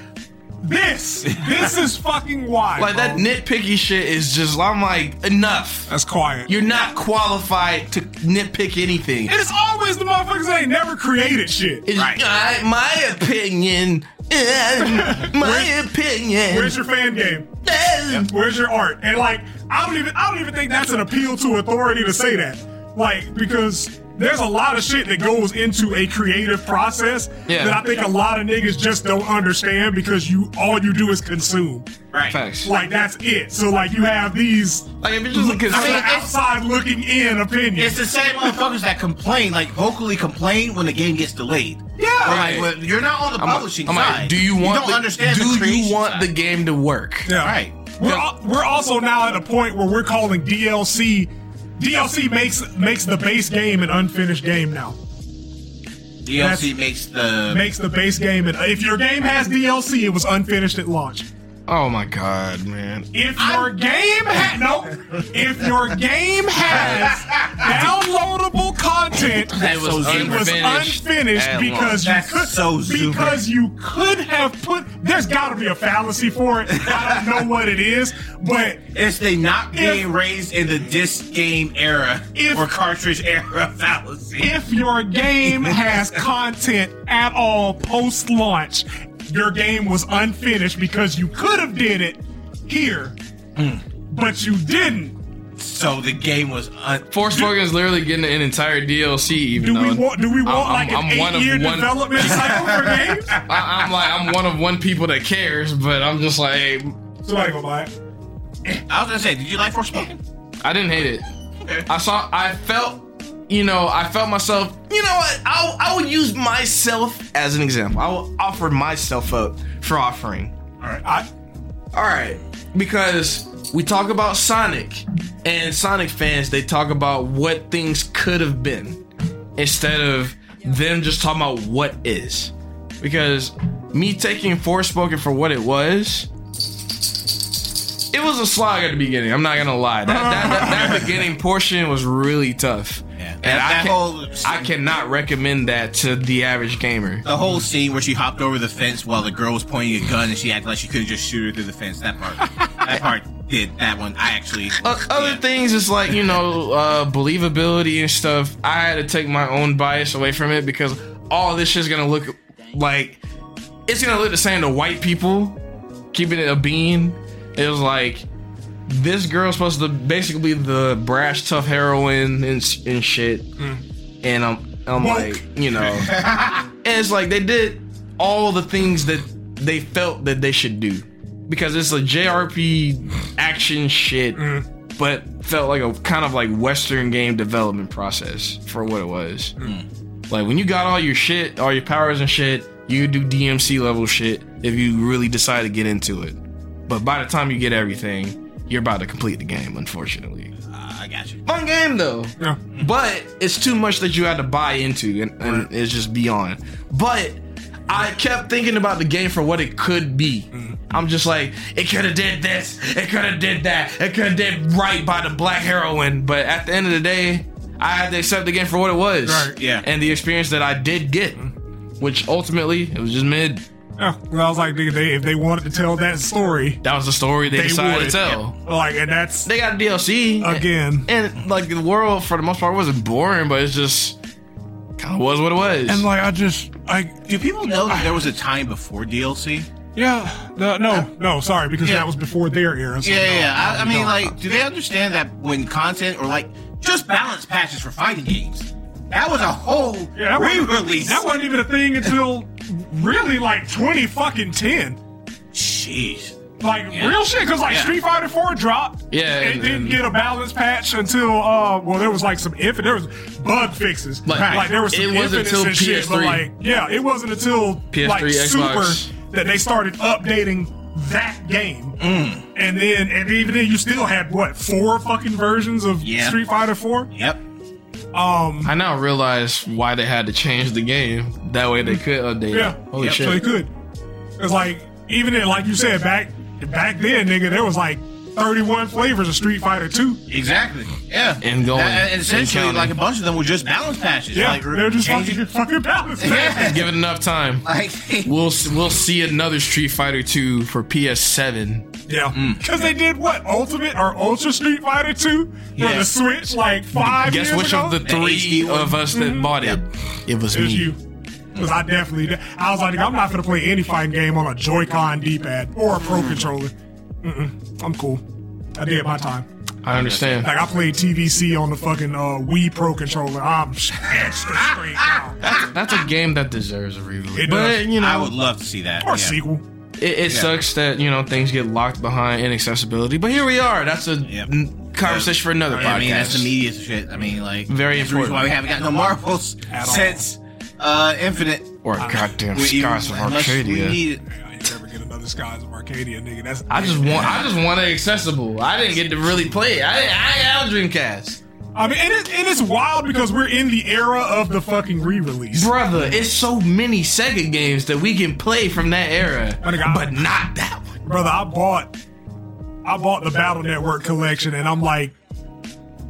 S2: this this is fucking wild.
S1: Like, that
S2: bro.
S1: nitpicky shit is just, I'm like, enough.
S2: That's quiet.
S1: You're not qualified to nitpick anything.
S2: it's always the motherfuckers that ain't never created shit.
S1: It's
S3: Right.
S1: I- my opinion. uh, my opinion.
S2: Where's your fan game?
S1: Uh,
S2: Where's your art? And like, I don't even I don't even think that's an appeal to authority to say that. Like, because there's a lot of shit that goes into a creative process
S1: Yeah.
S2: that I think a lot of niggas just don't understand because you all you do is consume.
S3: Right.
S1: Facts. Like,
S2: Like that's it. So like you have these
S1: if you're just looking
S2: That's an
S1: at
S2: outside looking in opinion.
S3: It's the same motherfuckers that complain, like vocally complain when the game gets delayed.
S2: Yeah.
S3: Or
S1: Right.
S3: like, well, you're not on the
S1: I'm like,
S3: publishing
S1: I'm
S3: side.
S1: like, Oh do you want?
S3: You don't
S1: the,
S3: understand
S1: do
S3: the creation
S1: you want
S3: side.
S1: the game to work?
S2: Yeah.
S3: Right.
S2: We're al- we're also now at a point where we're calling DLC DLC makes makes the base game an unfinished game now.
S3: DLC makes the
S2: Makes the base game and if your game has DLC, it was unfinished at launch.
S1: Oh my god, man.
S2: If your game ha- nope. If your game has downloadable content,
S1: It was
S2: it was
S1: unfinished
S2: unfinished
S1: and
S2: because you
S3: That's
S2: could
S3: so stupid.
S2: because you could have put. There's got to be a fallacy for it. I don't know what it is, but
S3: It's they not being
S2: If-
S3: raised in the disc game era
S2: If-
S3: or cartridge era fallacy.
S2: if your game has content at all post launch, your game was unfinished because you could have did it here, but you didn't.
S3: So the game was un-
S1: Forspoken is literally getting an entire DLC.
S2: Do
S1: Even though
S2: we want? Do we want
S1: I'm-
S2: like
S1: I'm- I'm
S2: an
S1: one of
S2: eight-year
S1: one-
S2: development cycle for games?
S1: I, I'm like I'm one of one people that cares, but I'm just like hey,
S2: Somebody go buy it.
S3: I was gonna say, did you like Forspoken?
S1: I didn't hate it. I saw. I felt. You know, I felt myself. You know what? I'll I'll use myself as an example. I will offer myself up for offering.
S2: All right, I,
S1: All right, because we talk about Sonic, and Sonic fans they talk about what things could have been instead of them just talking about what is. Because me taking Forspoken for what it was, it was a slog at the beginning. I'm not gonna lie. That that, that, that beginning portion was really tough.
S3: Yeah.
S1: And
S3: That-
S1: I,
S3: that
S1: can,
S3: whole-
S1: I cannot recommend that to the average gamer.
S3: The whole scene where she hopped over the fence while the girl was pointing a gun and she acted like she couldn't just shoot her through the fence. That part, that part did that one. I actually uh,
S1: O- other
S3: yeah.
S1: things is like you know uh, believability and stuff. I had to take my own bias away from it because all this shit's gonna look like it's gonna look the same to white people. Keeping it a bean, it was like this girl's supposed to basically the brash, tough heroine and s- and shit. And I'm I'm
S2: Woke.
S1: like you know, and it's like they did all the things that they felt that they should do because it's a JRP action shit but felt like a kind of like Western game development process for what it was. Like when you got all your shit, all your powers and shit, you do DMC level shit if you really decide to get into it. But by the time you get everything, you're about to complete the game, unfortunately.
S3: Uh, I got you.
S1: Fun game though.
S2: Yeah.
S1: But it's too much that you had to buy into and, and it's just beyond. But I kept thinking about the game for what it could be.
S2: Mm-hmm.
S1: I'm just like, it could have did this, it could have did that, it could have did right by the black heroine. But at the end of the day, I had to accept the game for what it was.
S2: Right, Mm-hmm.
S3: yeah.
S1: And the experience that I did get, which ultimately it was just mid.
S2: yeah, 'cause I was like, nigga, they, if they wanted to tell that story,
S1: That was the story they,
S2: they
S1: decided
S2: would.
S1: to tell.
S2: Like, and that's
S1: They got a DLC.
S2: again.
S1: and like the world for the most part wasn't boring, but it's just kind of was what it was.
S2: And like, I just, I,
S3: Do people know that there was a time before DLC?
S2: yeah, no, no, no, sorry, because
S3: Yeah.
S2: that was before their era. so
S3: Yeah,
S2: no,
S3: yeah. yeah. I, I
S2: no,
S3: mean,
S2: no.
S3: like, do they understand that when content or like just balance patches for fighting games? That was a whole
S2: Yeah, that wasn't-
S3: re-release.
S2: That wasn't even a thing until really like 20 fucking 10.
S3: Jeez.
S2: Like real shit, because like
S3: Yeah.
S2: Street Fighter 4 dropped.
S1: Yeah,
S2: It
S1: and-
S2: didn't
S1: and-
S2: get a balance patch until uh well there was like some infinite there was bug fixes.
S1: Like,
S2: like there was some
S1: it wasn't
S2: infinite
S1: till
S2: and shit, but
S1: PS3.
S2: like yeah, it wasn't until like
S1: PS3, Xbox.
S2: super that they started updating that game.
S1: Mm.
S2: And then and even then you still had what, four fucking versions of
S3: Yeah.
S2: Street Fighter 4?
S3: Yep.
S2: Um
S1: I now realize why they had to change the game. That way they could update.
S2: yeah.
S1: it. Holy
S2: yeah,
S1: shit!
S2: So they could. It's like even then, like you said, back back then, nigga, there was like 31 flavors of Street Fighter 2.
S3: Exactly. Yeah.
S1: And going.
S3: That- and essentially,
S1: And counting.
S3: like a bunch of them were just balance patches.
S2: Yeah,
S3: Like,
S2: they're just
S3: changing-
S2: fucking, fucking balance.
S3: Yeah.
S1: Give it enough time.
S3: Like,
S1: We'll s- we'll see another Street Fighter 2 for PS7.
S2: Yeah,
S1: Mm.
S2: because they did what Ultimate or Ultra Street Fighter Two for
S3: Yeah.
S2: the Switch like five
S1: Guess
S2: years
S1: which
S2: ago. Mm-hmm.
S1: of the
S3: The
S1: three
S3: HD one.
S1: of us that bought it? It was
S2: it was
S1: me.
S2: you.
S1: Mm.
S2: Because I definitely, did. I was like, I'm not gonna play any fighting game on a Joy-Con D-pad or a Pro controller. Mm-mm, I'm cool. I did my time.
S1: I understand.
S2: Like I played TVC on the fucking uh, Wii Pro controller. I'm extra straight now.
S1: That's a game that deserves a re-release.
S2: It
S1: But
S2: does.
S1: you know,
S3: I would love to see that.
S2: Or
S3: yeah.
S2: sequel.
S1: It, it sucks that you know things get locked behind inaccessibility, but here we are. That's a
S3: Yep.
S1: n- conversation for another podcast.
S3: I mean, that's the media shit. I mean, like,
S1: Very
S3: that's the reason
S1: important.
S3: Why we haven't gotten no Marvels
S2: At all.
S3: since uh, Infinite.
S1: or goddamn
S3: We-
S1: Skies of
S3: unless We
S1: Arcadia.
S3: need,
S2: I ain't never get another Skies of Arcadia, nigga. That's
S1: I just want, I just want it accessible. I didn't get to really play it. I didn't, I had Dreamcast,
S2: I mean, and, it, and it's wild because we're in the era of the fucking re-release.
S1: brother. It's so many Sega games that we can play from that era,
S2: Oh, my God.
S1: but not that one.
S2: brother, I bought I bought the Battle Network collection, and I'm like,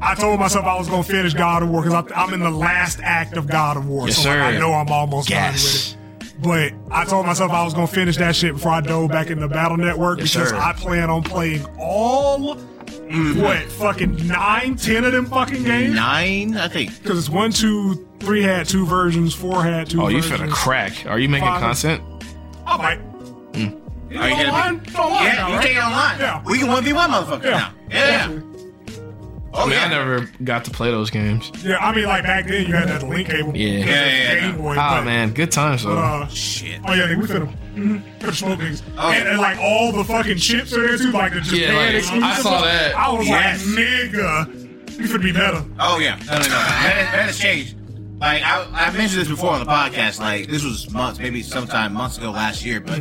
S2: I told myself I was gonna finish God of War because I'm in the last act of God of War,
S1: Yes,
S2: so like,
S1: sir.
S2: I know I'm almost
S1: Yes.
S2: done with it. But I told myself I was gonna finish that shit before I dove back into Battle Network
S1: Yes,
S2: because
S1: sir.
S2: I plan on playing all what fucking nine, ten of them fucking games.
S3: Nine, I think.
S2: Because it's one, two, three had two versions, four had two.
S1: Oh, you
S2: versions.
S1: finna crack. Are you making
S2: Father.
S1: content?
S2: I might.
S1: Mm.
S3: Are you gonna
S2: Online? Online
S3: Yeah,
S2: now,
S3: you
S2: right?
S3: take it online.
S2: Yeah.
S3: We can one v one motherfucker
S2: Yeah.
S3: now. Yeah. Oh
S1: I mean,
S3: yeah.
S1: I never got to play those games.
S2: Yeah, I mean, like back then you had that link cable.
S1: Yeah. Yeah,
S3: yeah, yeah.
S2: Game Boy.
S1: Ah,
S2: but,
S1: man, good times though.
S2: Uh,
S3: Shit.
S2: oh yeah, nigga, we finna mm, finna smoke niggas.
S3: Oh.
S2: And, and, like all the fucking chips are there too, like the Japan
S1: Yeah, like,
S2: exclusive.
S1: I saw
S2: stuff.
S1: that.
S2: I was
S3: Yes.
S2: like, nigga, we finna be better.
S3: Oh yeah. No, no, no. that, that has changed. Like I, I mentioned this before on the podcast. Like this was months, maybe sometime months ago last year, but.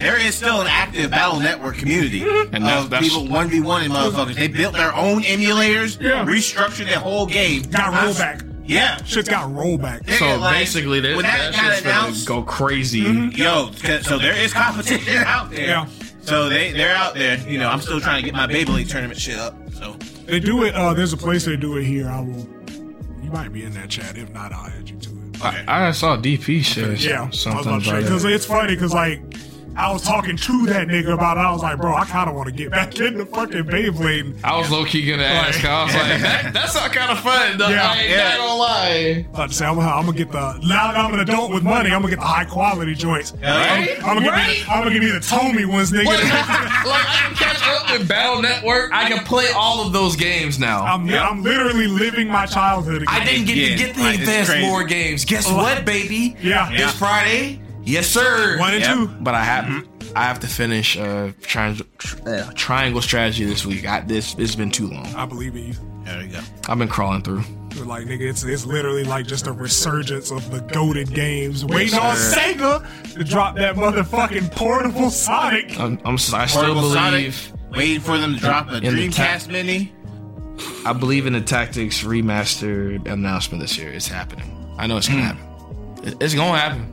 S3: There is still an active Battle Network community
S1: And that's-
S3: of
S1: that's-
S3: people 1v1 and motherfuckers. They built their own emulators,
S2: Yeah.
S3: restructured their whole game.
S2: Got rollback.
S3: Yeah.
S2: Shit's got rollback.
S1: so
S3: Nigga, like,
S1: basically, this,
S3: when
S1: that,
S3: that got
S1: shit's
S3: announced-
S1: gonna go crazy.
S2: Mm-hmm.
S3: Yo, c- so there is competition out there.
S2: Yeah.
S3: So they they're out there. You know, I'm still trying to get my Beyblade tournament shit up. So
S2: They do it. Uh, there's a place they do it here. I will. You might be in that chat. If not, I'll add you to it.
S1: I, I saw DP says
S2: Yeah,
S1: something about
S2: because
S1: it.
S2: it's funny because like I was talking to that nigga about it. I was like, bro, I kind of want to get back in the fucking Beyblade.
S1: I was low key gonna ask. I was like, that, that's not kind of fun. Though.
S2: Yeah,
S1: I ain't
S3: yeah.
S1: not gonna lie.
S2: About to say, I'm, gonna- I'm gonna get the now that I'm an adult with money, I'm gonna get the high quality joints.
S3: Right?
S2: I'm, gonna
S1: Right?
S2: get the, I'm gonna give you the Tommy ones, nigga.
S1: What? like I can catch up with Battle Network. I can play all of those games now.
S2: I'm, I'm literally living my childhood again.
S1: I didn't get
S3: Yeah,
S1: to get the
S3: like, it's
S1: advanced
S3: crazy.
S1: more games. Guess what, baby?
S2: Yeah.
S1: It's Friday. Yes, sir.
S2: One and
S3: Yep.
S2: two.
S1: But I have I have to finish uh, tri- tr- uh, triangle strategy this week. I, this it's been too long.
S2: I believe in you.
S3: there you go.
S1: I've been crawling through.
S2: Like nigga, it's it's literally like just a resurgence of the goaded games. Waiting on
S1: sir.
S2: Sega to drop that motherfucking portable Sonic.
S1: I'm, I'm si still
S3: Portable
S1: believe
S3: Sonic, waiting for them to drop a
S1: In the
S3: Dreamcast
S1: ta-
S3: mini.
S1: I believe in the tactics remastered announcement this year. It's happening. I know it's gonna happen. It- It's gonna happen.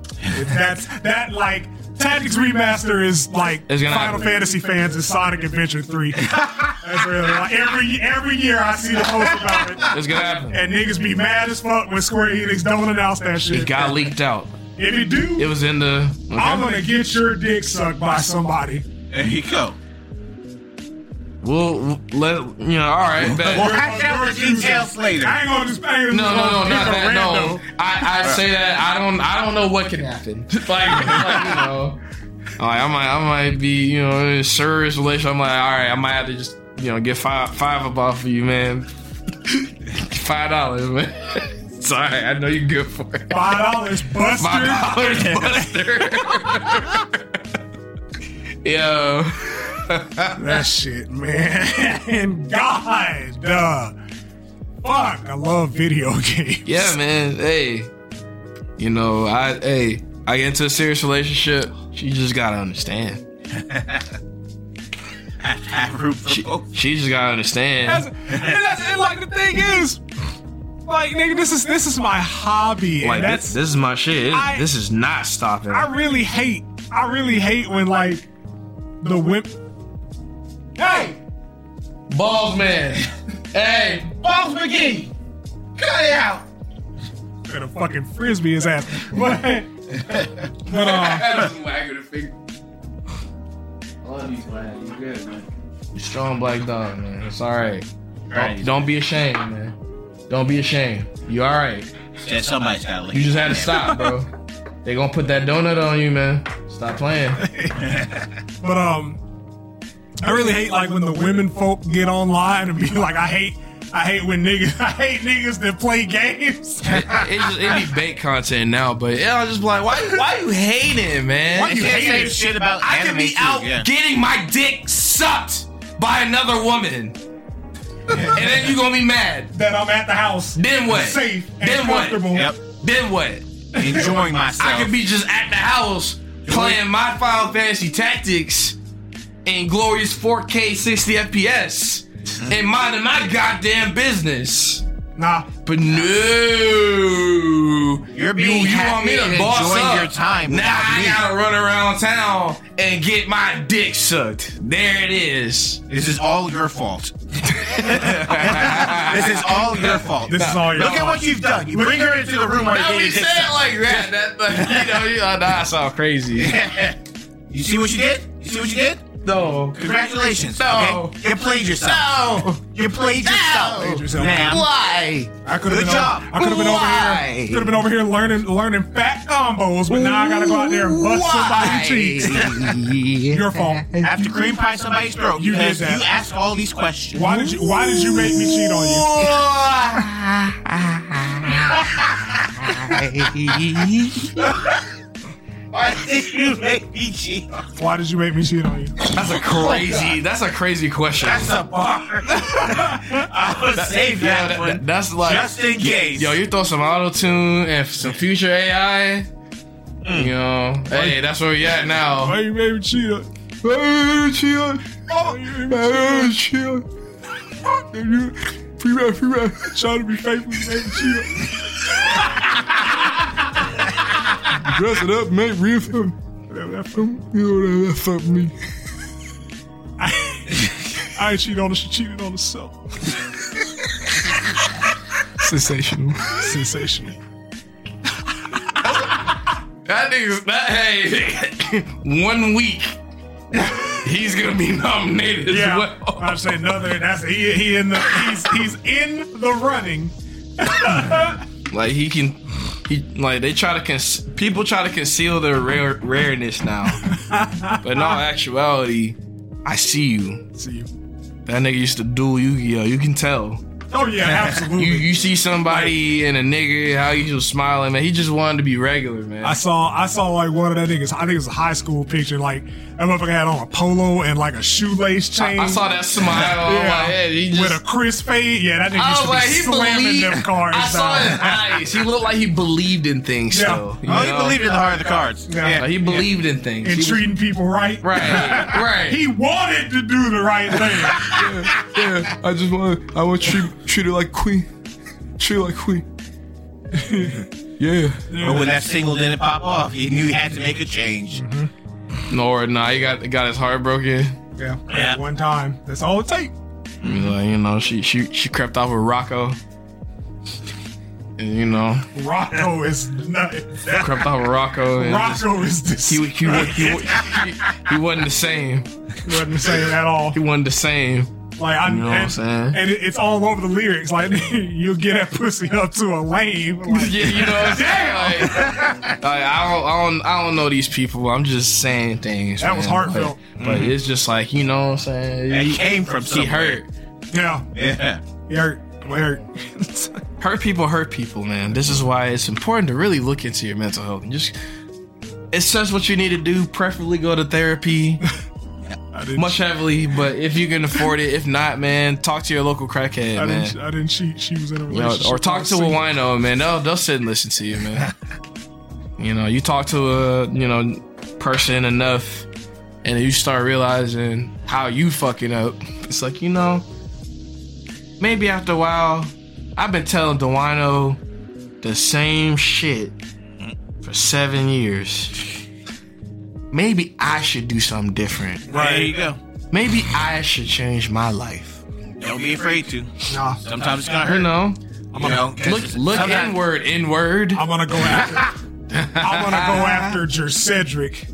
S2: That's that like Tactics Remaster is like
S1: It's
S2: Final
S1: gonna happen.
S2: Fantasy fans is Sonic Adventure 3. That's really like every every year I see the post about it.
S1: It's gonna happen.
S2: And niggas be mad as fuck when Square Enix don't announce that shit.
S1: It got leaked out.
S2: if you do,
S1: It was in the. okay.
S2: I'm gonna get your dick sucked by somebody.
S3: There you go.
S1: We'll let you know. All right. bet.
S3: We'll hash out the details later.
S2: I ain't gonna just I ain't gonna
S1: No,
S2: just
S1: no, no,
S2: pick
S1: not
S2: a
S1: that. No,
S2: rando.
S1: I, I say that. I don't. I don't know what can happen. like, like, you know, like, I might, I might be, you know, in a serious relationship. I'm like, all right, I might have to just, you know, get five, five up off of you, man. Five dollars, man. Sorry, I know you're good for it.
S2: Five dollars
S1: Five
S2: Buster.
S1: dollars, Buster. Yo,
S2: That shit, man. God, duh. Fuck, I love video games.
S1: yeah, man. Hey, you know, I, hey, I get into a serious relationship. She just gotta understand.
S3: Have room for
S1: She,
S3: both.
S1: she just gotta
S2: That's,
S1: understand.
S2: and that's and like the thing is, like nigga, this is this is my hobby, and
S1: Like
S2: that's
S1: this, this is my shit. It-
S2: I-
S1: this is not stopping.
S2: I really hate. I really hate when like the whip. Hey,
S1: Balls man. hey,
S3: Balls McGee, cut it out.
S2: gonna fucking frisbee his ass, but but uh,
S1: you strong black dog, man. It's all right.
S3: Right.
S1: Don't, don't be ashamed, man. Don't be ashamed. You all right?
S3: Yeah, somebody's gotta
S1: You
S3: leave.
S1: just had to stop, bro. They gonna put that donut on you, man. Stop playing.
S2: but um, I really hate like when the women folk get online and be like, I hate. I hate when niggas, I hate niggas that play games.
S1: It, it, just, it be bait content now, but yeah, I just be like, why, why you hating, man?
S2: Why
S3: I
S2: you
S3: can't
S2: hate
S3: say
S2: it?
S3: shit about
S1: I could
S3: anime
S1: be
S3: too,
S1: out
S3: yeah.
S1: getting my dick sucked by another woman. and then you gonna be mad.
S2: that I'm at the house.
S1: Then what?
S2: Safe and
S1: Then what?
S2: comfortable.
S3: Yep.
S1: Then what?
S3: Enjoying myself.
S1: I could be just at the house playing my Final Fantasy Tactics in glorious 4K 60 FPS and minding my goddamn business.
S2: Nah.
S1: But no,
S3: You're being
S1: you, you want
S3: happy
S1: me
S3: and
S1: to boss
S3: enjoying
S1: up.
S3: your time
S1: Now
S3: without
S1: I
S3: me.
S1: gotta run around town and get my dick sucked. There it is.
S3: This is all your fault. this is all your fault.
S2: This is all your
S3: Look at
S2: fault.
S3: what you've done. You bring her into the room while
S1: Now
S3: you're
S1: we
S3: getting
S1: say
S3: dick
S1: it
S3: sucked.
S1: like that. That, that you know, you, uh, that's all crazy.
S3: You see what you did? You see what you did?
S1: No.
S3: Congratulations.
S1: No.
S3: Okay? You played yourself.
S1: No.
S3: You played yourself.
S2: Played yourself.
S3: Ma'am.
S1: Why?
S2: I could have been,
S3: Good job.
S2: Over, I could have been over
S1: Why?
S2: here. Could have been over here learning learning fat combos, but now I gotta go out there and bust somebody's cheeks. Your fault.
S3: After cream pie somebody's throat,
S2: You did
S3: because
S2: that.
S3: you asked all these questions.
S2: Why did you Why did you make me cheat on you?
S3: Why did you make me cheat?
S2: Why did you make me cheat on you?
S1: That's a crazy. That's a crazy question.
S3: That's a bar. I would save
S1: Yeah,
S3: that
S1: that-
S3: one
S1: that's like
S3: just in case.
S1: Yo, you throw some auto tune and some future AI.
S2: Mm.
S1: You know, hey, that's where we at now.
S2: Why you made me cheat on?
S1: Hey, chill,
S2: Why you made me cheat on?
S1: hey, chill.
S2: You- Free rap, free rap. Trying to be faithful, you made me cheat on. you.
S1: Dress it up, make real film.
S2: Whatever that from.
S1: You know that fuck me.
S2: I ain't cheating on her. She cheated on herself.
S1: Sensational.
S2: Sensational.
S1: That nigga's that hey one week. He's gonna be nominated as
S2: Yeah,
S1: well.
S2: I'd say nothing. That's he. He in the he's he's in the running.
S1: Like he can, he like they try to cons- people try to conceal their rare rareness now, but in all actuality, I see you.
S2: See you.
S1: That nigga used to duel Yu-Gi-Oh. You can tell.
S2: Oh yeah,
S1: You
S2: absolutely.
S1: you see somebody and a nigga how you just smiling man. He just wanted to be regular man.
S2: I saw I saw like one of that niggas. I think it was a high school picture. Like that motherfucker had on a polo and like a shoelace chain.
S1: I saw that smile. Yeah.
S2: Yeah,
S1: Like, yeah, he just,
S2: with a crisp fade. Yeah, that nigga
S1: I
S2: used to
S1: was like,
S2: be
S1: he
S2: slamming them
S1: believed.
S2: cars.
S1: I saw
S2: down.
S1: his eyes. He looked like he believed in things.
S2: Yeah.
S1: Still, you
S3: Oh, you
S1: know?
S3: believed in the heart of the cards.
S2: Yeah.
S1: Like, he believed in
S2: and
S1: things. He was-
S2: treating people right.
S1: right, right.
S2: He wanted to do the right thing.
S1: Yeah, I just want I want treat treat her like queen, treat her like queen. yeah.
S3: But when that single didn't pop off, he knew he had to make a change.
S2: Mm-hmm.
S1: Nor nah, he got got his heart broken.
S2: yeah,
S3: Yeah.
S2: one time. That's all it takes.
S1: He's like, you know, she she she crept off with Rocco. And you know,
S2: Rocco is nuts.
S1: crept off with Rocco and just-
S2: Rocco is this.
S1: he, wa- he, wa- he, wa- he, he wasn't the same.
S2: wasn't saying at all.
S1: He wasn't the same.
S2: Like I,
S1: You know what I'm
S2: and,
S1: saying?
S2: and it, it's all over the lyrics. Like you'll get that pussy up to a lame. Like,
S1: Yeah, you know what I'm saying? Like, like, I don't I don't I don't know these people. I'm just saying things.
S2: That was
S1: man.
S2: heartfelt.
S1: But, but it's just like, you know what I'm saying?
S3: And
S1: He-
S3: he came from
S1: he
S3: somewhere.
S1: hurt.
S2: yeah,
S3: Yeah.
S2: he hurt. He hurt.
S1: hurt people hurt people man this is why it's important to really look into your mental health and just assess what you need to do preferably go to therapy
S2: I didn't.
S1: much
S2: Much
S1: heavily but if you can afford it if not man talk to your local crackhead
S2: I
S1: man
S2: didn't. I didn't cheat. She was in a
S1: You know,
S2: relationship.
S1: or talk
S2: with
S1: to a
S2: single-
S1: wino man they'll, they'll sit and listen to you man you know you talk to a you know person enough and you start realizing how you fucking up it's like you know maybe after a while I've been telling Dewino the same shit for seven years. Maybe I should do something different.
S3: There you go.
S1: Maybe I should change my life.
S3: Don't be afraid to.
S2: Nah,
S3: Sometimes it's gonna
S1: You
S3: hurt.
S1: know,
S3: You know, 'cause
S1: look look
S3: sometimes-
S1: inward, inward.
S2: I'm gonna go after. I'm gonna go after Jer Cedric.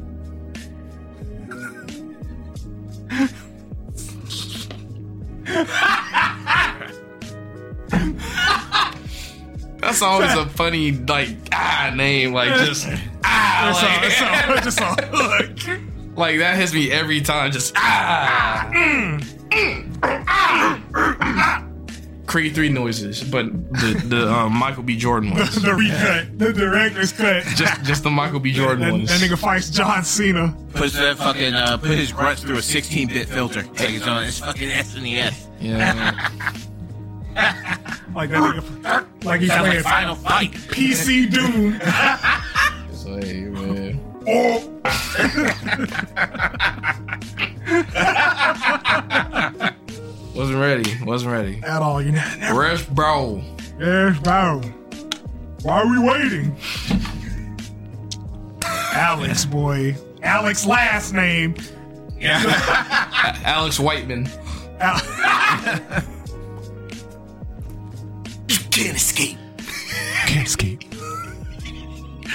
S1: That's always a funny like ah name, like just ah,
S2: That's all.
S1: like,
S2: That's all. Just all. Look.
S1: like that hits me every time. Just ah. Creed three noises, but the the um, Michael B. Jordan ones.
S2: The recut. The director's cut.
S1: just just the Michael B. Jordan
S2: That,
S1: ones.
S2: that nigga fights John Cena.
S3: Puts that fucking uh, put his grunts through a 16-bit filter. Like it's on his fucking SNES.
S1: yeah.
S2: Like that nigga. Like he's
S3: Sounds
S2: playing
S3: like Final Fight.
S2: PC Doom.
S1: So, hey, man.
S2: Oh.
S1: Wasn't ready. Wasn't ready.
S2: At all, you know.
S1: Rush bro.
S2: Yes, Barrel. Why are we waiting? Alex, boy. Alex, last name.
S1: Alex Whiteman.
S4: Can't escape.
S2: Can't escape.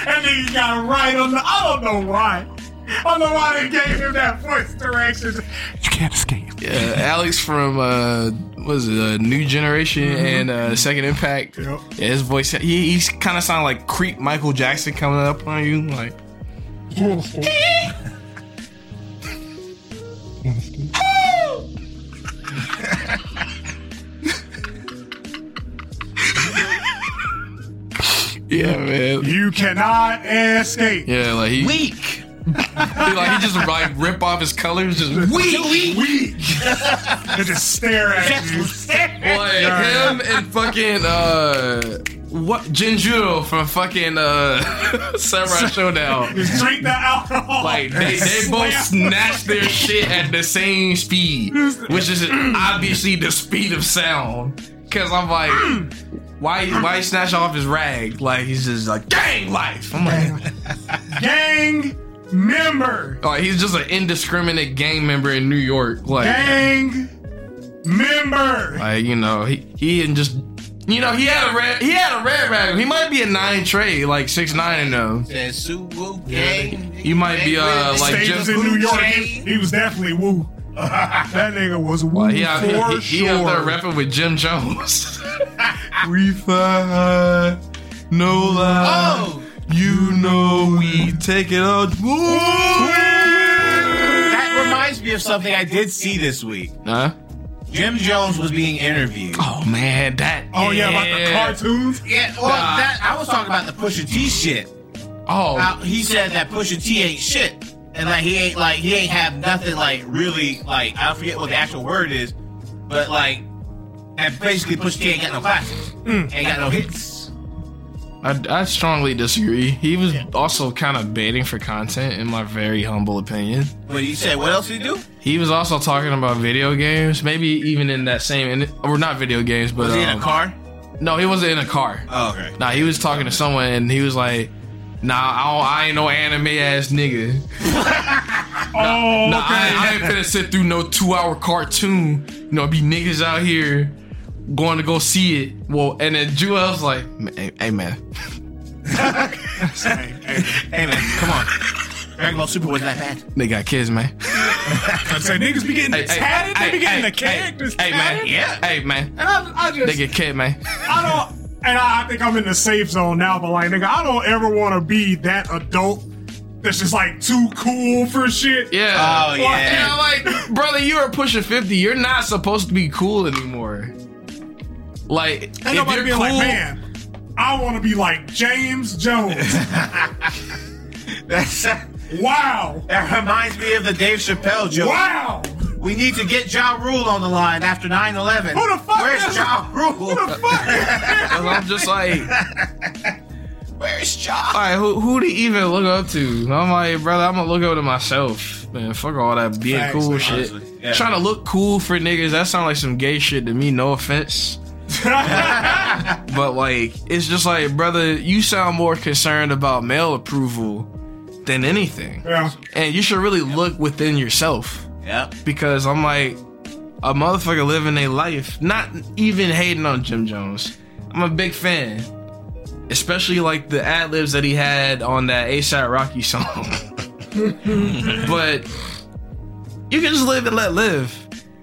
S2: That nigga got it right on the. I don't know why. I don't know why they gave him that voice directions. You can't escape.
S1: Yeah, Alex from uh, was it uh, New Generation and uh, Second Impact.
S2: Yep.
S1: Yeah, his voice he, he kind of sounded like creep Michael Jackson coming up on you like yeah man
S2: you cannot escape.
S1: yeah like he, he
S3: Weak.
S1: like he just like rip off his colors just weak
S2: Weak. they just stare at you.
S1: Boy,
S2: Yeah.
S1: him and fucking uh what Jinjuro from fucking uh Samurai Showdown.
S2: Just drink the alcohol.
S1: Like they, they both snatch their shit at the same speed, which is obviously the speed of sound. Cause I'm like, why why he snatch off his rag? Like he's just like gang life. I'm like,
S2: gang member.
S1: like he's just an indiscriminate gang member in New York. Like,
S2: Gang member.
S1: like you know he he didn't just. You know, he had a red he had a red rag. He might be a nine trade, like six nine and though.
S3: Says Sue Wu Gang.
S1: You might be, uh, like,
S2: Stages
S1: just-
S2: in New York. He,
S3: Gang.
S2: he was definitely woo. that nigga was woo
S1: Well, he out,
S2: for
S1: he, he, he out there
S2: sure.
S1: rapping with Jim Jones.
S2: we
S1: fly, no lie.
S3: Oh,
S1: You know we take it all.
S3: that reminds me of something I did see this week.
S1: Huh?
S3: Jim Jones was being interviewed.
S1: Oh man, that.
S2: Oh yeah, about the cartoons.
S3: Yeah, well, that, I was talking about the Pusha T shit.
S1: Oh,
S3: How he said that Pusha T ain't shit, and like he ain't like he ain't have nothing like really like I forget what the actual word is, but like and basically Pusha T ain't got no classics, ain't got no hits.
S1: I, I strongly disagree. He was also kind of baiting for content, in my very humble opinion.
S3: But he said, what else he do?
S1: He was also talking about video games, maybe even in that same, or not video games, but
S3: Was he in a
S1: um,
S3: car?
S1: No, he wasn't in a car.
S3: Oh, okay.
S1: Nah, he was talking to someone and he was like, Nah, I, don't, I ain't no anime ass nigga.
S2: Oh,
S1: Nah,
S2: okay.
S1: I, I ain't finna sit through no two hour cartoon. You know, be niggas out here going to go see it. Well, and then Jewel's like, "Ma- Hey, hey, man,
S3: Hey man, come on. Dragon Ball Super was that bad.
S1: they got kids, man.
S2: I say niggas be getting
S1: Hey, hey,
S2: tatted.
S1: hey,
S2: they be getting
S1: hey,
S2: the characters
S1: hey, hey, man.
S2: tatted.
S3: Yeah.
S1: Hey, man,
S2: And I, I just,
S1: they get kid, man.
S2: I don't, and I, I think I'm in the safe zone now. But like, nigga, I don't ever want to be that adult that's just like too cool for shit.
S1: Yeah.
S3: Oh,
S1: Like,
S3: yeah.
S1: you know, like, brother, you are pushing 50. You're not supposed to be cool anymore. Like, if
S2: Ain't nobody
S1: you're
S2: being like,
S1: cool-
S2: man, I want to be like James Jones.
S3: That's,
S2: wow,
S3: that reminds me of the Dave Chappelle joke.
S2: wow.
S3: We need to get Ja Rule on the line after 9-11.
S2: Who the fuck
S3: Where's
S2: is-
S3: Ja Rule?
S2: Who the fuck?
S1: 'Cause I'm just like,
S3: Where's Ja?
S1: All right, who who to even look up to? I'm like, brother, I'm gonna look up to myself, man. Fuck all that being
S2: Facts,
S1: cool
S2: man,
S1: shit.
S3: honestly. Yeah.
S1: Trying to look cool for niggas, that sounds like some gay shit to me. No offense, but like, it's just like, brother, you sound more concerned about male approval than anything,
S2: yeah.
S1: and you should really look within yourself
S3: Yep.
S1: because I'm like a motherfucker living their life, not even hating on Jim Jones. I'm a big fan, especially like the ad libs that he had on that ASAP Rocky song. but you can just live and let live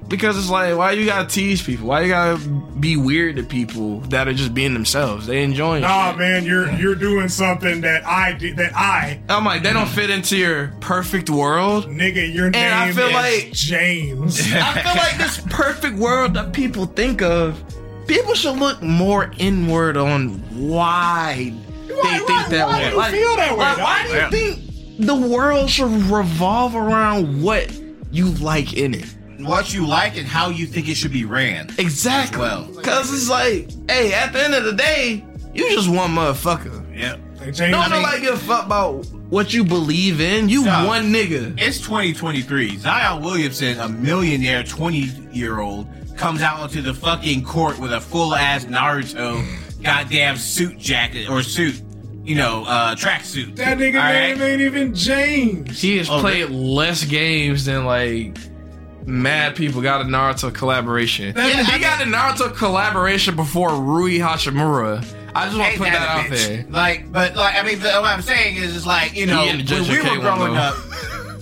S1: because it's like, why you gotta tease people? Why you gotta be weird to people that are just being themselves? They enjoying.
S2: Nah,
S1: shit.
S2: man, you're you're doing something that I did. That I,
S1: I'm like, they don't fit into your perfect world.
S2: nigga, your name
S1: I feel
S2: is
S1: like-
S2: James.
S1: I feel like this perfect world that people think of, people should look more inward on why they think
S2: why-
S1: that
S2: why
S1: way.
S2: do you feel that way,
S1: like,
S2: dog?
S1: why do you
S2: Yeah.
S1: think the world should revolve around what you like in it?
S3: What you like and how you think it should be ran.
S1: Exactly.
S3: Well.
S1: Because it's like, hey, at the end of the day, you just one motherfucker.
S3: Yep.
S2: James
S1: Don't
S2: I mean,
S1: nobody give a fuck about what you believe in. You
S3: Nah.
S1: one nigga.
S3: It's 2023. Zion Williamson, a millionaire 20 year old, comes out onto the fucking court with a full ass Naruto goddamn suit jacket or suit, you know, uh, tracksuit.
S5: That nigga
S3: All right?
S5: name ain't even James.
S1: He has
S3: Oh,
S1: played less games than like mad people got a Naruto collaboration.
S5: That-
S1: he got a Naruto collaboration before Rui Hashimura. I just want to
S3: Ain't
S1: put
S3: that
S1: that
S3: a
S1: out
S3: bitch?
S1: there.
S3: Like, but like, I mean, the, what I'm saying is, is like, you know,
S1: and the
S3: when
S1: Judge
S3: we
S1: K
S3: were
S1: one,
S3: growing
S1: though.
S3: up,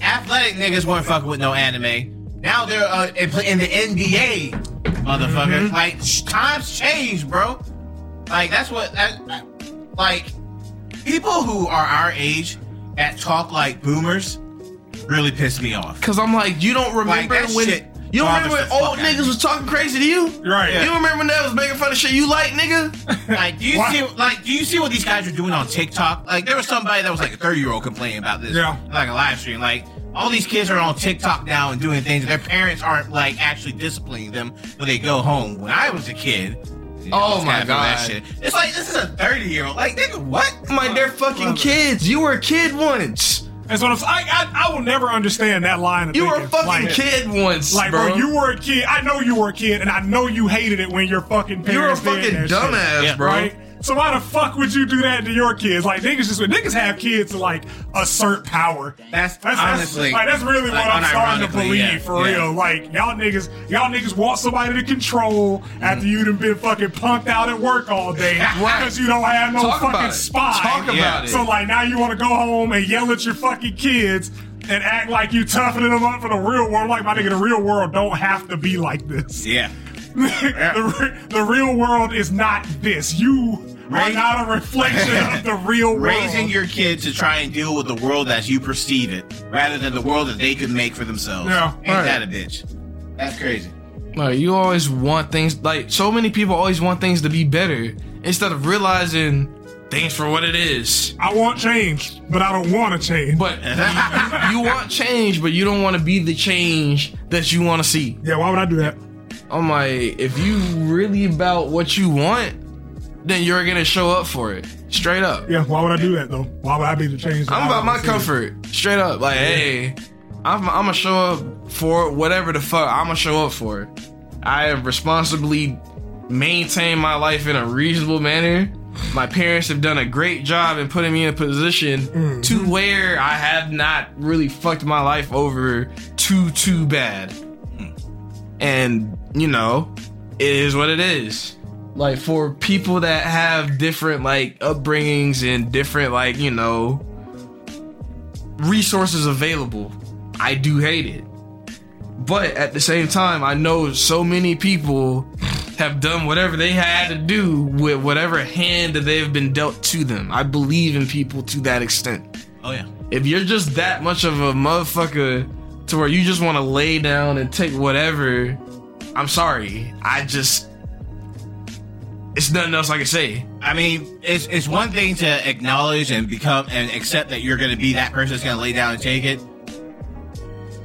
S3: athletic niggas weren't fucking with no anime. Now they're uh, in, pl- in the NBA, motherfucker.
S1: Mm-hmm.
S3: Like, sh- times change, bro. Like, that's what, that, like, people who are our age that talk like boomers really piss me off.
S1: Cause I'm like, you don't
S3: Like,
S1: remember
S3: that
S1: when
S3: shit
S1: you don't remember
S3: bothers
S1: when
S3: the fuck
S1: old
S3: out of
S1: niggas was talking crazy to you.
S2: Right.
S1: You remember when they was making fun of shit you like, nigga?
S3: Like, do you
S2: Why-
S3: see? Like, do you see what these guys are doing on TikTok? Like, there was somebody that was like a thirty-year-old complaining about this,
S2: Yeah.
S3: like a live stream. Like, all these kids are on TikTok now and doing things. Their parents aren't like actually disciplining them when they go home. When I was a kid, you know,
S1: Oh
S3: I was
S1: my
S3: kind of that
S1: God.
S3: shit. It's like this is a thirty-year-old. Like, nigga, what?
S1: I'm like, they're fucking kids. You were a kid once.
S2: That's what I'm. I, I I will never understand that line. Of
S1: You were a
S2: thinking.
S1: fucking
S2: like,
S1: kid once,
S2: Like, bro.
S1: bro.
S2: you were a kid. I know you were a kid, and I know you hated it when your fucking parents
S1: You were a
S2: did
S1: fucking
S2: that shit,
S1: dumbass,
S3: Yeah,
S1: bro.
S2: Right? So why the fuck would you do that to your kids? Like niggas just niggas have kids to like assert power.
S3: That's,
S2: That's, that's,
S3: honestly,
S2: like, that's really
S3: like,
S2: what I'm starting to
S3: unironically,
S2: believe
S3: yeah,
S2: for
S3: yeah.
S2: real. Like y'all niggas, y'all niggas want somebody to control after you done been fucking punked out at work all day
S1: Right.
S2: because you don't have no
S1: Talk about
S2: fucking
S1: it.
S2: spine.
S1: Talk about
S3: Yeah.
S1: it.
S2: So like now you want to go home and yell at your fucking kids and act like you toughening them up for the real world. Like my nigga, the real world don't have to be like this.
S3: Yeah.
S2: the, re- the real world is not this. You are
S3: Raise-
S2: not a reflection of the real world.
S3: Raising your kids to try and deal with the world as you perceive it, rather than the world that they could make for themselves.
S2: Yeah,
S3: Ain't
S1: right.
S3: that a bitch? That's crazy.
S1: Like you always want things like so many people always want things to be better instead of realizing things for what it is.
S2: I want change, but I don't want to change.
S1: But you, you want change, but you don't want to be the change that you want to see.
S2: yeah, why would I do that?
S1: I'm like, if you really about what you want, then you're gonna show up for it. Straight up.
S2: Yeah, why would I do that though? Why would I be the change? that
S1: I'm
S2: I
S1: about my
S2: wanna see?
S1: comfort. Straight up. Like, hey, I'm, I'm gonna show up for whatever the fuck. I'm gonna show up for it. I have responsibly maintained my life in a reasonable manner. My parents have done a great job in putting me in a position
S2: Mm-hmm.
S1: to where I have not really fucked my life over too, too bad. And, you know, it is what it is like for people that have different like upbringings and different like you know resources available i do hate it but at the same time i know so many people have done whatever they had to do with whatever hand that they've been dealt to them i believe in people to that extent
S3: Oh yeah.
S1: if you're just that much of a motherfucker to where you just want to lay down and take whatever, I'm sorry. I just it's nothing else I can say.
S3: I mean, it's it's one thing to acknowledge and become and accept that you're going to be that person that's going to lay down and take it.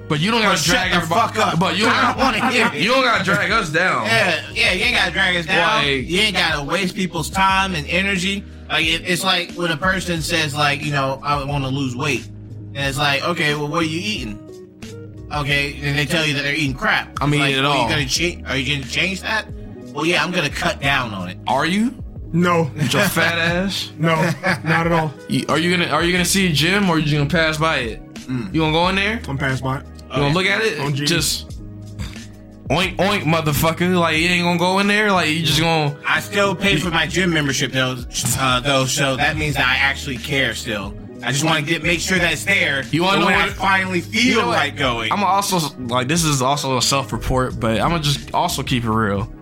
S1: But you don't
S3: But
S1: gotta
S3: shut
S1: drag
S3: the
S1: everybody.
S3: fuck up.
S1: But you don't,
S3: I don't want to hear
S1: you
S3: it.
S1: don't gotta drag us down.
S3: Yeah, yeah, you ain't got to drag us down.
S1: Like-
S3: you ain't got to waste people's time and energy. Like it, it's like when a person says like, you know, I want to lose weight, and it's like, okay, well, what are you eating? Okay, and they tell you that they're eating crap.
S1: I'm eating
S3: It's like,
S1: it
S3: well,
S1: all.
S3: You gonna change? Are you gonna change that? Well, yeah, I'm gonna cut down on it.
S1: Are you?
S2: No,
S1: With your fat ass?
S2: no, not at all.
S1: You- Are you gonna Are you gonna see a gym or are you just gonna pass by it? You gonna go in there?
S2: I'm past my.
S1: You gonna look at it?
S2: Mm. Oh, On
S1: and
S2: G's.
S1: Just oink oink, motherfucker! Like you ain't gonna go in there. Like you just gonna
S3: I still pay for my gym membership though, uh, though, so that means that I actually care still. I just want to get make sure that's there.
S1: You wanna
S3: so
S1: know
S3: when
S1: what-
S3: I finally feel
S1: You know what?
S3: like going?
S1: I'm also like this is also a self report, but I'm gonna just also keep it real.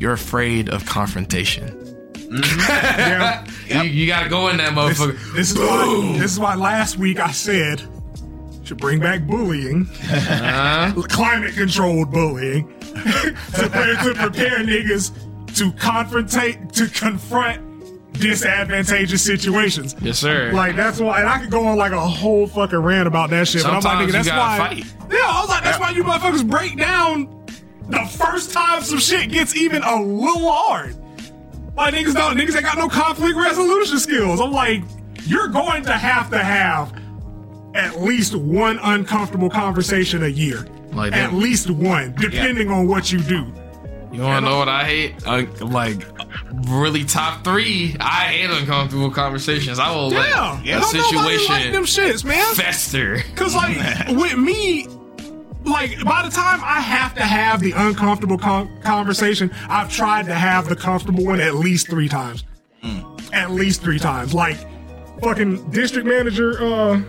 S1: You're afraid of confrontation.
S2: Yeah,
S1: You, you gotta go in that
S2: this,
S1: motherfucker.
S2: this is why. This is why last week I said should bring back bullying, climate controlled bullying, to, pre- to prepare niggas to confrontate to confront disadvantageous situations.
S1: Yes, sir.
S2: Like that's why, and I could go on like a whole fucking rant about that shit. but I'm like,
S1: Sometimes
S2: nigga,
S1: you
S2: that's
S1: gotta
S2: why.
S1: fight.
S2: Yeah, I was like, that's why you motherfuckers break down the first time some shit gets even a little hard. Like niggas don't, niggas ain't got no conflict resolution skills. I'm like, you're going to have to have at least one uncomfortable conversation a year.
S1: Like
S2: at
S1: that.
S2: least one, depending on what you do.
S1: you wanna know what I hate? I, Uh, like really top three. I hate uncomfortable conversations. I will
S2: Damn.
S1: let a
S2: Don't nobody like them
S1: situation
S2: shits, man.
S1: fester.
S2: Cause like with me, like by the time I have to have the uncomfortable con- conversation, I've tried to have the comfortable one at least three times. At least three times. Like fucking district manager uh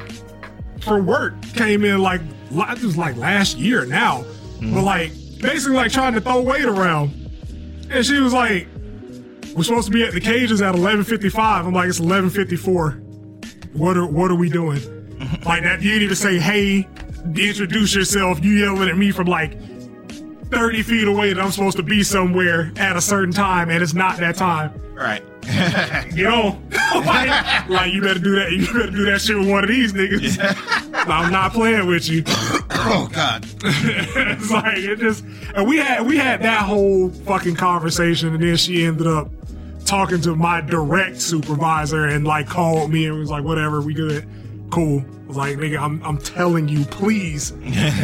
S2: for work came in like la- this was like last year now, but like basically like trying to throw weight around, and she was like. We're supposed to be at the cages at 11:55. I'm like, it's 11:54. What are what are we doing? Like that, you need to say, "Hey, introduce yourself." You yelling at me from like thirty feet away that I'm supposed to be somewhere at a certain time, and it's not that time.
S3: Right.
S2: You know, like, like, you better do that. You better do that shit with one of these niggas. I'm not playing with you.
S4: Oh God.
S2: it's like it just, and we had we had that whole fucking conversation, and then she ended up talking to my direct supervisor and like called me and was like, "Whatever, we good, cool." I was like, "Nigga, I'm I'm telling you, please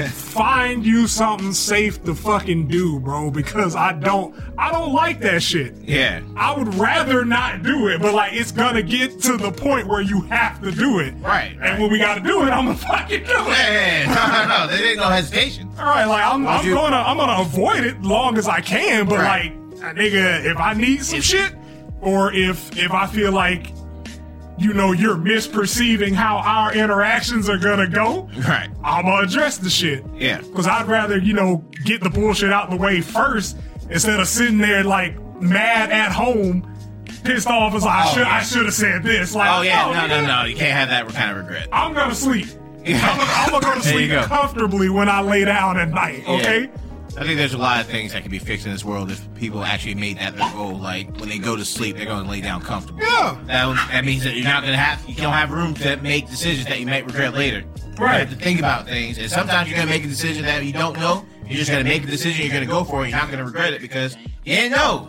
S2: find you something safe to fucking do, bro, because I don't I don't like that shit."
S3: Yeah.
S2: I would rather not do it, but like it's gonna get to the point where you have to do it.
S3: Right, right.
S2: And when we gotta do it, I'm gonna fucking do it.
S3: Hey, no, no, no, there ain't no hesitation.
S2: All right, like I'm, I'm
S3: you-
S2: gonna I'm gonna avoid it long as I can, but
S3: Right.
S2: like, uh, nigga, if I need some shit, or if if I feel like, you know, you're misperceiving how our interactions are gonna go,
S3: Right.
S2: I'm gonna address the shit.
S3: Yeah.
S2: Cause I'd rather you know get the bullshit out the way first instead of sitting there like mad at home, pissed off as like, I
S3: Oh,
S2: should
S3: yeah.
S2: I should have said this. Like,
S3: Oh yeah, no,
S2: nigga,
S3: no, no. You can't have that kind of regret.
S2: I'm gonna sleep. I'm gonna go to
S3: There you
S2: sleep
S3: go.
S2: comfortably when I lay down at night.
S3: Yeah.
S2: Okay.
S3: I think there's a lot of things that can be fixed in this world if people actually made that their goal. Like when they go to sleep, they're going to lay down comfortable.
S2: Yeah.
S3: That, that means that you're not going to have you don't have room to make decisions that you might regret later.
S2: Right.
S3: You have to think about things, and sometimes you're going to make a decision that you don't know. You're just going to make a decision. You're going to go for it. You're not going to regret it because you didn't know.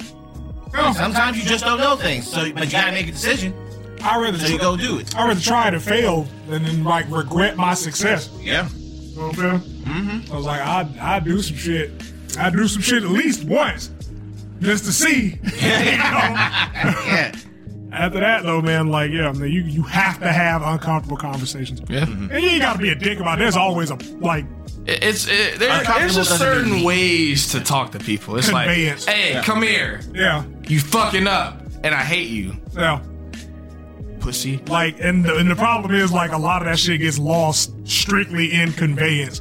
S3: And Sometimes you just don't know things, so but you got to make a decision.
S2: I rather
S3: So you
S2: tr-
S3: go do it.
S2: I rather try to fail than then like regret my success.
S3: Yeah.
S2: You know what I'm saying? Mm-hmm. I was like, I I do some shit. I do some shit at least once, just to see. You know?
S3: Yeah.
S2: After that though, man, like yeah, man, you you have to have uncomfortable conversations.
S1: Yeah.
S2: And you ain't gotta be a dick about it. There's always a like
S1: Mm-hmm. It- It's it, there,
S3: Uncomfortable
S1: there's just
S3: doesn't mean
S1: certain
S3: mean.
S1: ways to talk to people. It's like,
S2: Conveyance.
S1: hey, come here,
S2: yeah,
S1: you fucking up, and I hate you,
S2: yeah.
S1: pussy.
S2: Like and the, and the problem is like a lot of that shit gets lost strictly in conveyance.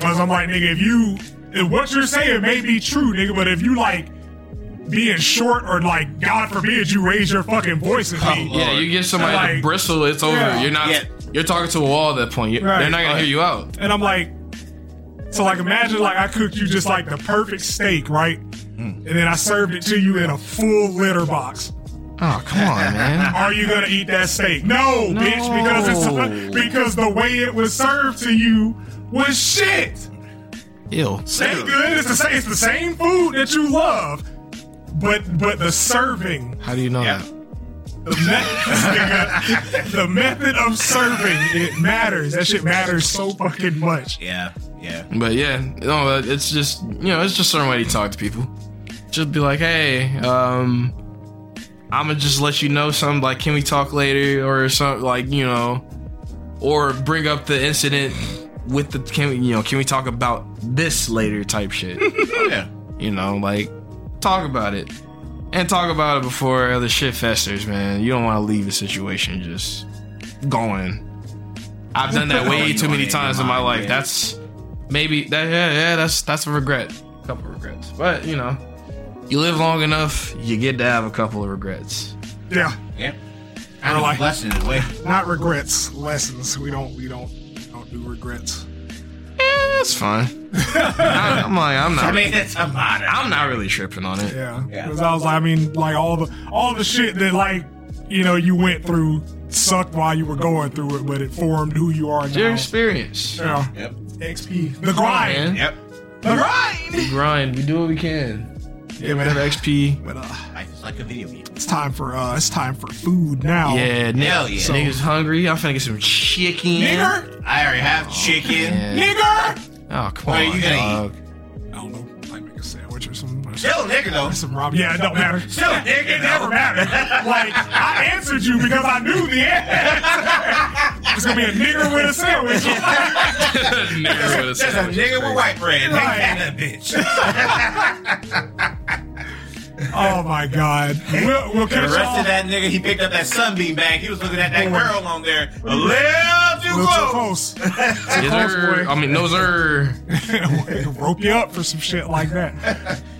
S2: Cause I'm like, nigga, if you if what you're saying may be true, nigga, but if you like being short or like, God forbid, you raise your fucking voice at me.
S1: Yeah,
S3: Lord.
S1: you give somebody
S2: So,
S1: the
S2: like-
S1: bristle, it's over.
S2: Yeah.
S1: You're not.
S3: Yeah.
S1: You're talking to a wall at that point. You-
S2: Right.
S1: They're not gonna hear you out.
S2: And I'm like, so like imagine like I cooked you just like the perfect steak, right? And then I served it to you in a full litter box.
S1: Oh come on, man.
S2: Are you gonna eat that steak? No, bitch, because it's because the way it was served to you was shit.
S1: Ew.
S2: Steak good. It's the same. It's the same food that you love, but but the serving
S1: How do you know
S3: Yeah.
S1: that?
S2: The method, the method of serving, it matters. That shit matters so fucking much.
S3: Yeah. Yeah.
S1: But yeah, no, uh, it's just you know, it's just a certain way to talk to people. Just be like, hey, um, I'm gonna just let you know something. Like, can we talk later or something? Like, you know, or bring up the incident with the can we you know can we talk about this later type shit.
S3: Yeah.
S1: you know, like talk about it and talk about it before other shit festers, man. You don't want to leave a situation just going. I've done that way
S3: Going
S1: too
S3: on
S1: many
S3: in your
S1: times in my
S3: mind,
S1: life.
S3: yeah.
S1: That's maybe that yeah, yeah, that's that's a regret. A couple of regrets. But, you know, you live long enough, you get to have a couple of regrets.
S2: Yeah,
S3: Yeah. Kind of
S2: like-
S3: a blessing in a way.
S2: not regrets, lessons. We don't, we don't, we don't do regrets.
S1: Eh, it's fine. I, am like, I'm
S3: I
S1: not
S3: mean, it's a modern.
S1: I'm not really tripping on it.
S2: Yeah,
S3: Yeah.
S2: because I was like, I mean, like all the, all the shit that like, you know, you went through sucked while you were going through it, but it formed who you are
S1: It's your
S2: now.
S1: experience.
S2: Yeah,
S3: Yep.
S2: XP, the grind,
S1: Man,
S3: Yep.
S2: the grind.
S1: we grind. We do what we can.
S2: Yeah,
S1: We have
S2: man.
S1: XP.
S2: But uh,
S3: Life is like a video game.
S2: it's time for uh, it's time for food now.
S1: Yeah, nigga,
S3: Hell yeah.
S1: niggas hungry. I'm finna get some chicken.
S2: nigger,
S3: I already have chicken.
S1: Yeah.
S2: nigger.
S1: Oh, come
S3: What are
S1: on,
S3: you gonna
S1: dog.
S2: I don't know, like make a sandwich or something.
S3: Still a nigga though.
S2: Some Rob. Yeah, it don't matter.
S3: Still a nigga.
S2: It never mattered. Like I answered you because I knew the answer. it's gonna be a nigger with a sandwich.
S1: Nigga with a
S3: Just a
S1: sandwich is
S3: nigga
S1: crazy.
S3: with white bread. Nigga
S2: Right.
S3: and a bitch.
S2: oh my god. We'll, we'll
S3: The
S2: catch
S3: rest
S2: y'all.
S3: of that nigga, he picked up that sunbeam bag. He was looking at that girl on there a little too
S2: We'll too
S3: close.
S2: close.
S1: Yes, sir. I mean, no, sir.
S2: They can rope you up for some shit like that.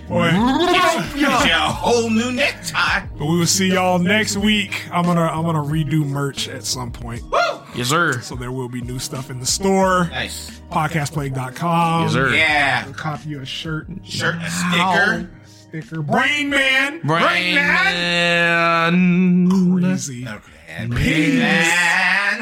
S2: Boy.
S3: Get you a whole new necktie.
S2: But we will see y'all next week. I'm gonna I'm gonna redo merch at some point.
S3: Woo!
S1: Yes, sir.
S2: So there will be new stuff in the store.
S3: Nice.
S2: Podcastplague.com.
S1: Yes, sir.
S3: Yeah.
S2: Copy you a shirt.
S3: Shirt, a
S2: Ow.
S3: sticker.
S2: Sticker. Brain man.
S1: Brain man.
S2: Crazy.
S3: Okay. Man.